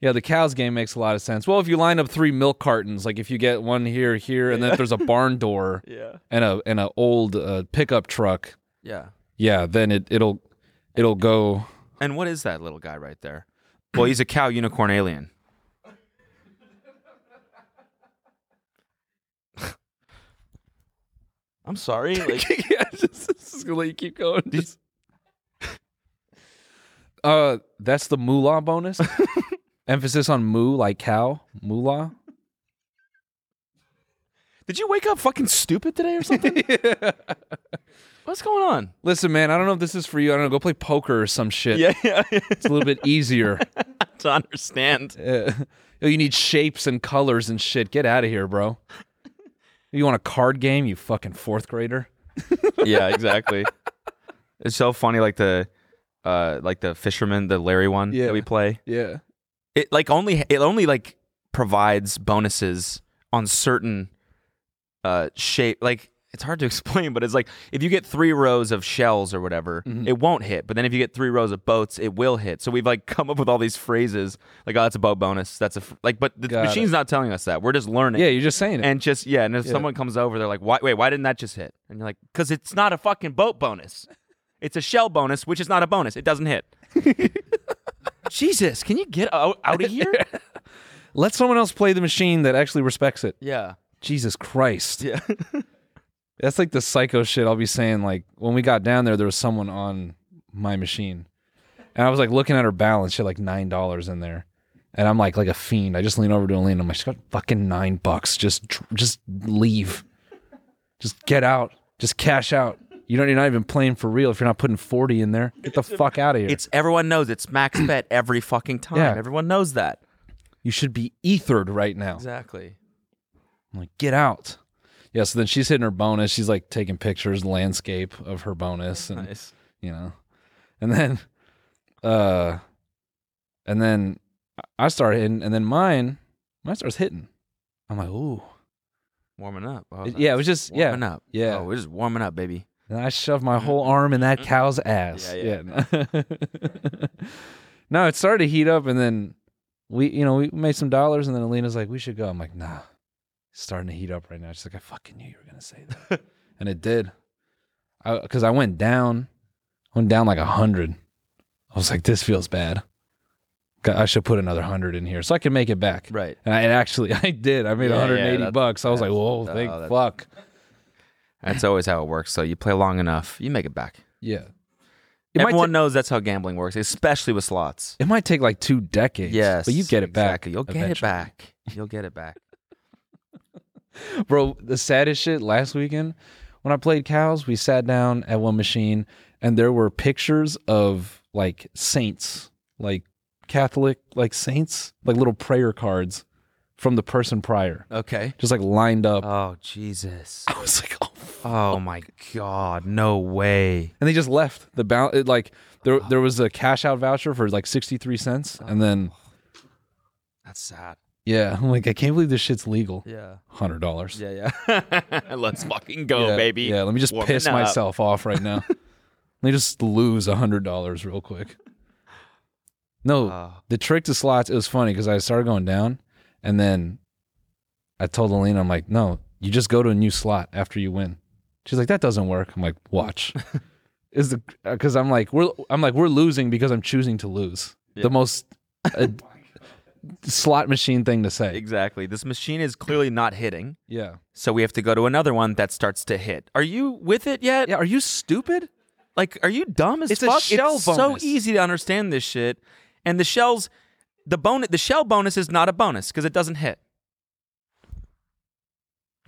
Speaker 1: Yeah, the cows game makes a lot of sense. Well, if you line up three milk cartons, like if you get one here, here, and then if there's a barn door,
Speaker 5: Yeah.
Speaker 1: and a and a old uh, pickup truck,
Speaker 5: Yeah.
Speaker 1: yeah, then it it'll it'll go
Speaker 5: And what is that little guy right there? Well, he's a cow unicorn alien. I'm sorry. Like,
Speaker 1: yeah, just, just gonna let you keep going. Just- uh, that's the moolah bonus. Emphasis on moo, like cow. Moolah.
Speaker 5: did you wake up fucking stupid today or something? What's going on?
Speaker 1: Listen, man, I don't know if this is for you. I don't know. Go play poker or some shit.
Speaker 5: Yeah, yeah.
Speaker 1: it's a little bit easier.
Speaker 5: to understand.
Speaker 1: Uh, you need shapes and colors and shit. Get out of here, bro. You want a card game, you fucking fourth grader?
Speaker 5: yeah, exactly. It's so funny, like the uh like the fisherman, the Larry one
Speaker 1: Yeah.
Speaker 5: that we play.
Speaker 1: Yeah.
Speaker 5: It like only it only like provides bonuses on certain uh shape like it's hard to explain, but it's like if you get three rows of shells or whatever,
Speaker 1: Mm-hmm.
Speaker 5: it won't hit. But then if you get three rows of boats, it will hit. So we've like come up with all these phrases like, "Oh, that's a boat bonus." That's a f-. like, but the
Speaker 1: Got it.
Speaker 5: machine's not telling us that. We're just learning.
Speaker 1: Yeah, you're just saying it.
Speaker 5: And just yeah, and if
Speaker 1: Yeah.
Speaker 5: someone comes over, they're like, "Why? Wait, why didn't that just hit?" And you're like, "Cause it's not a fucking boat bonus. It's a shell bonus, which is not a bonus. It doesn't hit." Jesus, can you get out, out of here?
Speaker 1: Let someone else play the machine that actually respects it.
Speaker 5: yeah,
Speaker 1: Jesus Christ.
Speaker 5: yeah.
Speaker 1: That's like the psycho shit I'll be saying. Like when we got down there, there was someone on my machine, and I was like looking at her balance. She had like nine dollars in there, and I'm like like a fiend. I just lean over to Aline. I'm like, she got fucking nine bucks. Just dr- just leave. Just get out. Just cash out. You don't. You're not even playing for real if you're not putting forty in there. Get the fuck out of here.
Speaker 5: It's everyone knows it's max bet every fucking time.
Speaker 1: Yeah.
Speaker 5: Everyone knows that.
Speaker 1: you should be ethered right now.
Speaker 5: Exactly.
Speaker 1: I'm like, get out. Yeah. So then she's hitting her bonus. She's like taking pictures, landscape of her bonus, and
Speaker 5: Nice.
Speaker 1: you know, and then, uh, and then I start hitting, and then mine, mine starts hitting. I'm like, ooh,
Speaker 5: Warming up. Oh,
Speaker 1: It- yeah, it was just- yeah.
Speaker 5: warming up.
Speaker 1: Yeah.
Speaker 5: Oh, we're just warming up, baby.
Speaker 1: and I shove my whole arm in that cow's ass.
Speaker 5: Mm-hmm. Yeah,
Speaker 1: Yeah. no, it started to heat up, and then we, you know, we made some dollars, and then Alina's like, we should go. I'm like, nah, it's starting to heat up right now. She's like, I fucking knew you were gonna say that, and it did, because I, went down, went down like a hundred. I was like, this feels bad. God, I should put another hundred in here so I can make it back.
Speaker 5: Right.
Speaker 1: And I and actually, I did. I made
Speaker 5: Yeah, yeah,
Speaker 1: 180
Speaker 5: that's-
Speaker 1: bucks. I was like,
Speaker 5: that's-
Speaker 1: whoa,
Speaker 5: oh,
Speaker 1: thank
Speaker 5: that's-
Speaker 1: fuck.
Speaker 5: That's always how it works. So you play long enough, you make it back.
Speaker 1: Yeah. It might,
Speaker 5: Everyone
Speaker 1: ta-
Speaker 5: knows that's how gambling works, especially with slots.
Speaker 1: it might take like two decades.
Speaker 5: Yes,
Speaker 1: But you get it
Speaker 5: exactly.
Speaker 1: back.
Speaker 5: You'll get it
Speaker 1: eventually.
Speaker 5: back. You'll get it back.
Speaker 1: Bro, the saddest shit last weekend when I played cows, we sat down at one machine and there were pictures of like saints, like Catholic, like saints, like little prayer cards from the person prior,
Speaker 5: Okay.
Speaker 1: just like lined up.
Speaker 5: Oh Jesus.
Speaker 1: I was like, oh,
Speaker 5: Oh my God. No way.
Speaker 1: and they just left the balance. It, like there, there was a cash out voucher for like sixty three cents, and then
Speaker 5: That's sad.
Speaker 1: yeah, I'm like, I can't believe this shit's legal.
Speaker 5: Yeah.
Speaker 1: Hundred dollars.
Speaker 5: Yeah. Yeah. Let's fucking go,
Speaker 1: yeah,
Speaker 5: baby.
Speaker 1: Yeah, let me just
Speaker 5: Warming
Speaker 1: piss
Speaker 5: up.
Speaker 1: myself off right now. let me just lose a hundred dollars real quick. No,
Speaker 5: Oh.
Speaker 1: the trick to slots it was funny because I started going down, and then I told Alina, I'm like, no, you just go to a new slot after you win. She's like, that doesn't work. I'm like, watch. Is the because I'm like we're I'm like we're losing because I'm choosing to lose. The most uh, slot machine thing to say.
Speaker 5: Exactly. This machine is clearly not hitting,
Speaker 1: Yeah.
Speaker 5: so we have to go to another one that starts to hit. Are you with it yet?
Speaker 1: Yeah. Are you stupid?
Speaker 5: Like, are you dumb as
Speaker 1: It's a
Speaker 5: fuck?
Speaker 1: shell
Speaker 5: it's
Speaker 1: bonus.
Speaker 5: so easy to understand this shit. And the shells, the bonus, the shell bonus is not a bonus because it doesn't hit.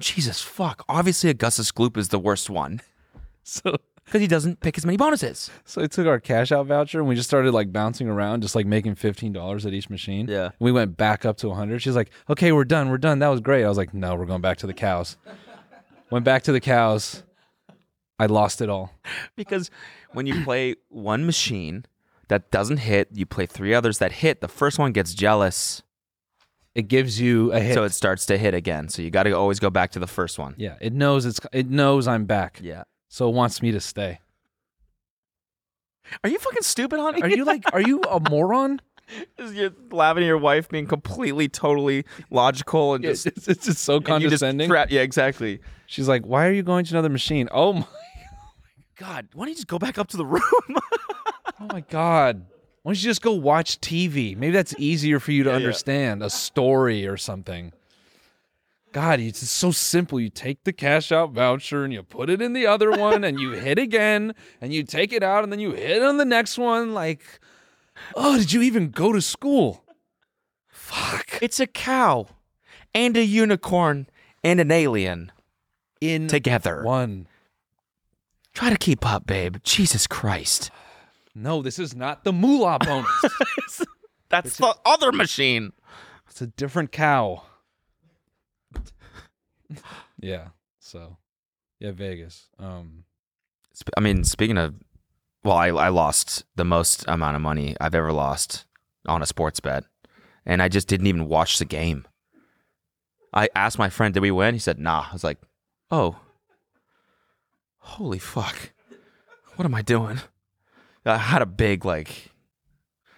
Speaker 5: Jesus fuck! Obviously, Augustus Gloop is the worst one
Speaker 1: So
Speaker 5: because he doesn't pick as many bonuses.
Speaker 1: So I took our cash out voucher and we just started like bouncing around, just like making fifteen dollars at each machine.
Speaker 5: Yeah.
Speaker 1: And we went back up to hundred. She's like, "Okay, we're done. We're done. That was great." I was like, "No, we're going back to the cows." went back to the cows. I lost it all.
Speaker 5: Because when you play one machine that doesn't hit, you play three others that hit. The first one gets jealous,
Speaker 1: It gives you a hit.
Speaker 5: so it starts to hit again. So you got to always go back to the first one.
Speaker 1: yeah, it knows it's it knows I'm back.
Speaker 5: Yeah.
Speaker 1: So it wants me to stay.
Speaker 5: Are you fucking stupid, honey?
Speaker 1: Are you like are you a moron?
Speaker 5: You're laughing at your wife being completely, totally logical and
Speaker 1: It's,
Speaker 5: just
Speaker 1: it's, it's just so
Speaker 5: and you just
Speaker 1: condescending.
Speaker 5: tra- yeah, exactly.
Speaker 1: She's like, "Why are you going to another machine?" Oh my
Speaker 5: God, why don't you just go back up to the room?
Speaker 1: Oh my god. Why don't you just go watch TV? Maybe that's easier for you to understand a story or something. God, it's just so simple. You take the cash out voucher and you put it in the other one and you hit again and you take it out and then you hit on the next one. Like, oh, did you even go to school?
Speaker 5: It's a cow and a unicorn and an alien
Speaker 1: in
Speaker 5: together.
Speaker 1: One.
Speaker 5: Try to keep up, babe. Jesus Christ.
Speaker 1: No, this is not the moolah bonus.
Speaker 5: That's the other machine.
Speaker 1: It's a different cow. yeah. So, yeah, Vegas. Um,
Speaker 5: Sp- I mean, speaking of, well, I, I lost the most amount of money I've ever lost on a sports bet, and I just didn't even watch the game. I asked my friend, "Did we win?" He said, "Nah." I was like, "Oh, holy fuck, what am I doing?" I had a big like,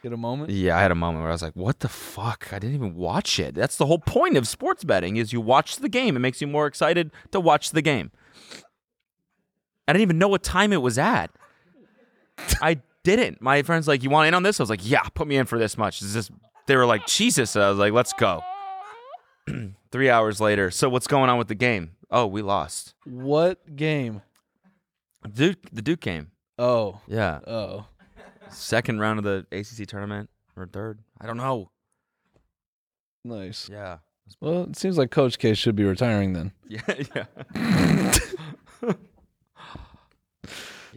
Speaker 1: get a moment.
Speaker 5: yeah, I had a moment where I was like, "What the fuck? I didn't even watch it." That's the whole point of sports betting is you watch the game. It makes you more excited to watch the game. I didn't even know what time it was at. I didn't. My friend's like, "You want in on this?" I was like, "Yeah, put me in for this much." Is this? They were like, "Jesus!" I was like, "Let's go." Three hours later, so what's going on with the game? Oh, we lost.
Speaker 1: What game?
Speaker 5: Duke, the Duke game.
Speaker 1: Oh.
Speaker 5: Yeah.
Speaker 1: Oh.
Speaker 5: Second round of the ACC tournament or third? I don't know.
Speaker 1: Nice.
Speaker 5: Yeah.
Speaker 1: Well, it seems like Coach K should be retiring then.
Speaker 5: Yeah, yeah.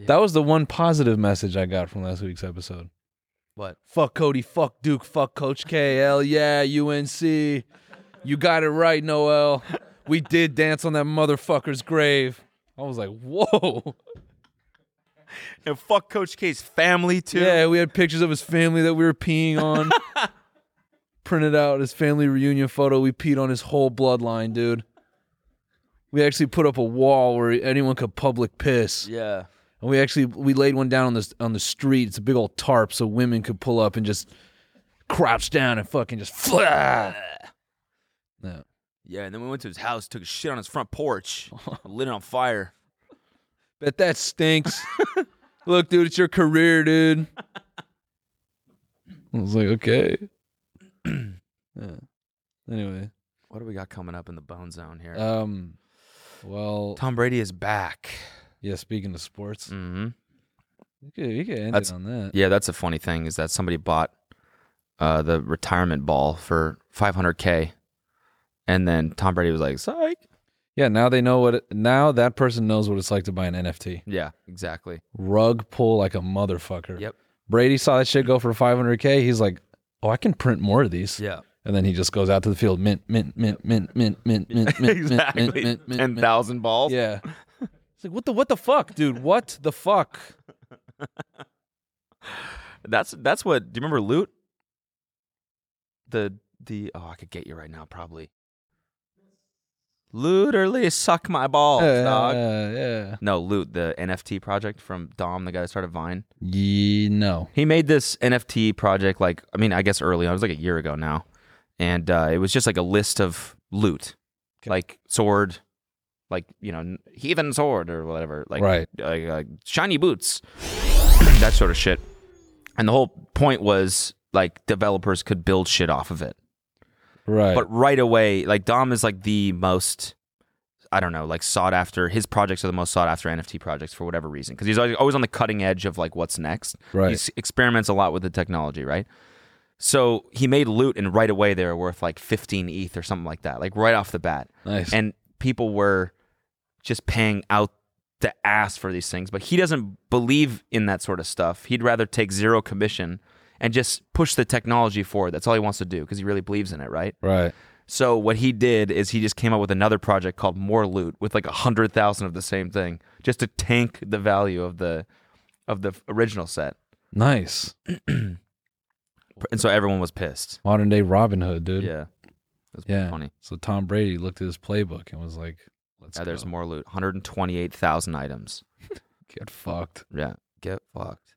Speaker 1: That was the one positive message I got from last week's episode.
Speaker 5: What?
Speaker 1: Fuck Cody, fuck Duke, fuck Coach KL. Yeah, UNC. You got it right, Noel. We did dance on that motherfucker's grave. I was like, whoa.
Speaker 5: And fuck Coach K's family too.
Speaker 1: Yeah, we had pictures of his family that we were peeing on. Printed out his family reunion photo. We peed on his whole bloodline, dude. We actually put up a wall where anyone could public piss.
Speaker 5: Yeah.
Speaker 1: And we actually we laid one down on the on the street. It's a big old tarp, so women could pull up and just crouch down and fucking just fly. No.
Speaker 5: Yeah, and then we went to his house, took a shit on his front porch, lit it on fire.
Speaker 1: Bet that stinks. Look, dude, it's your career, dude. I was like, okay. yeah. Anyway,
Speaker 5: What do we got coming up in the bone zone here?
Speaker 1: um, well,
Speaker 5: Tom Brady is back.
Speaker 1: yeah. Speaking of sports,
Speaker 5: Mm-hmm.
Speaker 1: you could, you could end
Speaker 5: That's-
Speaker 1: it on that.
Speaker 5: Yeah, that's a funny thing is that somebody bought uh, the retirement ball for 500k, and then Tom Brady was like, "Psych."
Speaker 1: Yeah. Now they know what. It, now that person knows what it's like to buy an NFT.
Speaker 5: Yeah, exactly.
Speaker 1: Rug pull like a motherfucker.
Speaker 5: Yep.
Speaker 1: Brady saw that shit go for 500k. He's like, oh, I can print more of these.
Speaker 5: Yeah.
Speaker 1: And then he just goes out to the field, mint, mint, mint, mint, mint, mint, mint, mint, mint, mint,
Speaker 5: exactly.
Speaker 1: mint, mint,
Speaker 5: Ten
Speaker 1: mint.
Speaker 5: thousand balls.
Speaker 1: Yeah. It's like what the what the fuck, dude? What the fuck?
Speaker 5: That's that's what. Do you remember loot? The the oh, I could get you right now probably. Literally suck my balls,
Speaker 1: yeah,
Speaker 5: Oh, dog.
Speaker 1: yeah.
Speaker 5: No, loot the NFT project from Dom, the guy that started Vine.
Speaker 1: Ye no.
Speaker 5: He made this NFT project like I mean, I guess early on, it was like a year ago now. And uh, it was just like a list of loot. Like sword, like, you know, n- heathen sword or whatever, like
Speaker 1: Right.
Speaker 5: like, like shiny boots. that sort of shit. And the whole point was like developers could build shit off of it.
Speaker 1: Right.
Speaker 5: But right away, like Dom is like the most, I don't know, like sought after. His projects are the most sought after NFT projects for whatever reason because he's always, always on the cutting edge of like what's next.
Speaker 1: Right.
Speaker 5: He s- experiments a lot with the technology, right? So he made loot, and right away they were worth like 15 ETH or something like that, like right off the bat.
Speaker 1: Nice.
Speaker 5: And people were just paying out the ass for these things, but he doesn't believe in that sort of stuff. He'd rather take zero commission and just push the technology forward. That's all he wants to do because he really believes in it, right?
Speaker 1: right.
Speaker 5: So what he did is he just came up with another project called More Loot with like a hundred thousand of the same thing, just to tank the value of the of the f- original set.
Speaker 1: Nice.
Speaker 5: And so everyone was pissed.
Speaker 1: Modern day Robin Hood, dude.
Speaker 5: Yeah, that's
Speaker 1: Yeah.
Speaker 5: funny.
Speaker 1: So Tom Brady looked at his playbook and was like, let's
Speaker 5: Yeah, there's
Speaker 1: go.
Speaker 5: more loot. 128,000 items.
Speaker 1: get fucked.
Speaker 5: Yeah, get fucked.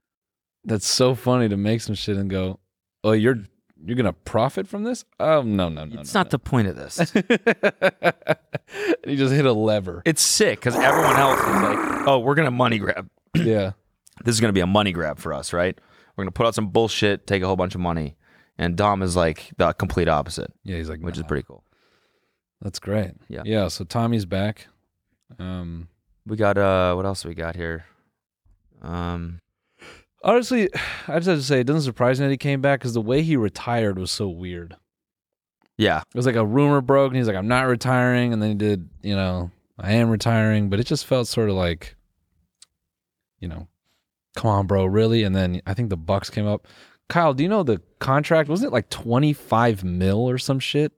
Speaker 1: That's so funny to make some shit and go, Oh, you're you're gonna profit from this? Oh no, no, no.
Speaker 5: it's
Speaker 1: no,
Speaker 5: not the point of this.
Speaker 1: and he just hit a lever.
Speaker 5: it's sick because everyone else is like, "Oh, we're gonna money grab.
Speaker 1: yeah.
Speaker 5: This is gonna be a money grab for us, right? We're gonna put out some bullshit, take a whole bunch of money. And Dom is like the complete opposite.
Speaker 1: Yeah, he's like,
Speaker 5: which is pretty cool.
Speaker 1: That's great.
Speaker 5: Yeah.
Speaker 1: Yeah. So Tommy's back. Um,
Speaker 5: we got uh, what else we got here? Um,
Speaker 1: honestly, I just have to say it doesn't surprise me that he came back because the way he retired was so weird.
Speaker 5: Yeah.
Speaker 1: It was like a rumor broke, and he's like, "I'm not retiring," and then he did, you know, "I am retiring," but it just felt sort of like, you know, come on, bro, really? And then I think the Bucks came up. Kyle, do you know the contract? Wasn't it like 25 mil or some shit?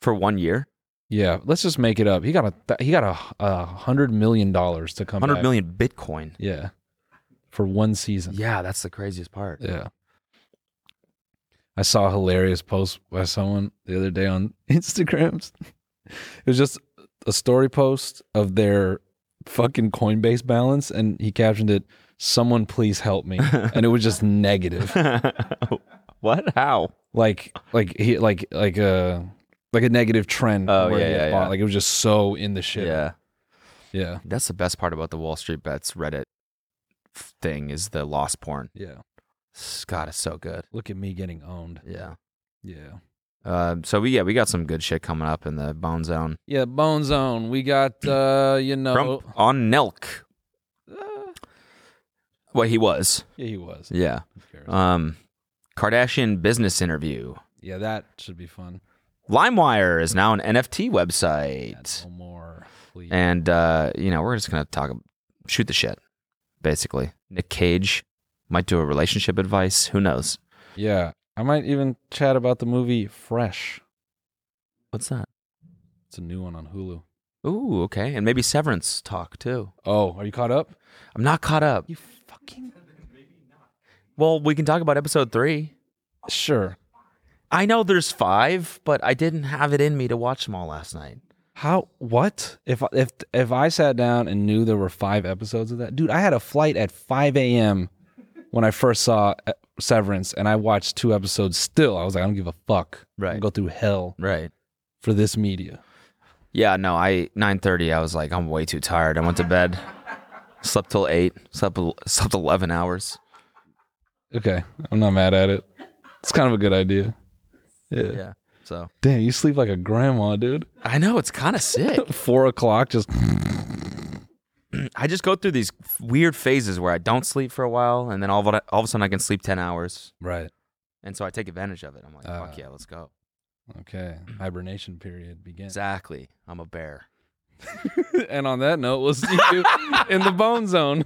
Speaker 5: For one year?
Speaker 1: Yeah, let's just make it up. He got a th- he got a, a hundred million dollars to come.
Speaker 5: 100
Speaker 1: back.
Speaker 5: million Bitcoin.
Speaker 1: Yeah, for one season.
Speaker 5: Yeah, that's the craziest part.
Speaker 1: Yeah. I saw a hilarious post by someone the other day on Instagrams. It was just a story post of their fucking Coinbase balance, and he captioned it, Someone please help me. And it was just negative.
Speaker 5: what? How?
Speaker 1: Like like he like like a like a negative trend.
Speaker 5: Oh,
Speaker 1: where he
Speaker 5: yeah,
Speaker 1: had
Speaker 5: yeah,
Speaker 1: bought.
Speaker 5: yeah.
Speaker 1: Like it was just so in the shit.
Speaker 5: Yeah.
Speaker 1: Yeah.
Speaker 5: That's the best part about the Wall Street Bets Reddit thing is the lost porn.
Speaker 1: Yeah.
Speaker 5: God, it's so good.
Speaker 1: Look at me getting owned.
Speaker 5: Yeah.
Speaker 1: Yeah.
Speaker 5: Uh, so we yeah we got some good shit coming up in the Bone Zone.
Speaker 1: Yeah, Bone Zone. We got uh, you know
Speaker 5: Trump on Nelk. Uh. Well, he was.
Speaker 1: Yeah, he was.
Speaker 5: Yeah. Um, Kardashian business interview.
Speaker 1: Yeah, that should be fun.
Speaker 5: LimeWire is now an NFT website.
Speaker 1: more, please.
Speaker 5: And uh, you know we're just gonna talk, shoot the shit, basically. Nick Cage might do a relationship advice. Who knows?
Speaker 1: Yeah. I might even chat about the movie Fresh.
Speaker 5: What's that?
Speaker 1: It's a new one on Hulu.
Speaker 5: Ooh, okay, and maybe Severance talk too.
Speaker 1: Oh, are you caught up?
Speaker 5: I'm not caught up. You fucking. Well, we can talk about episode three.
Speaker 1: Sure.
Speaker 5: I know there's five, but I didn't have it in me to watch them all last night.
Speaker 1: How what? If if if I sat down and knew there were 5 episodes of that. Dude, I had a flight at 5 a.m. when I first saw uh, Severance and I watched two episodes still. I was like I don't give a fuck. Right. go through hell.
Speaker 5: Right.
Speaker 1: For this media.
Speaker 5: Yeah, no, I 9:30. I was like, I'm way too tired. I went to bed, slept till eight, slept el- slept 11 hours.
Speaker 1: Okay. I'm not mad at it. It's kind of a good idea. Yeah.
Speaker 5: Yeah. So
Speaker 1: Damn, you sleep like a grandma, dude.
Speaker 5: I know it's kind of sick.
Speaker 1: Four o'clock, just
Speaker 5: I just go through these weird phases where I don't sleep for a while, and then all of a, all of a sudden I can sleep 10 hours.
Speaker 1: Right.
Speaker 5: And so I take advantage of it. I'm like, fuck yeah, let's go.
Speaker 1: Okay. Hibernation period begins.
Speaker 5: Exactly. I'm a bear.
Speaker 1: and on that note, we'll see you in the bone zone.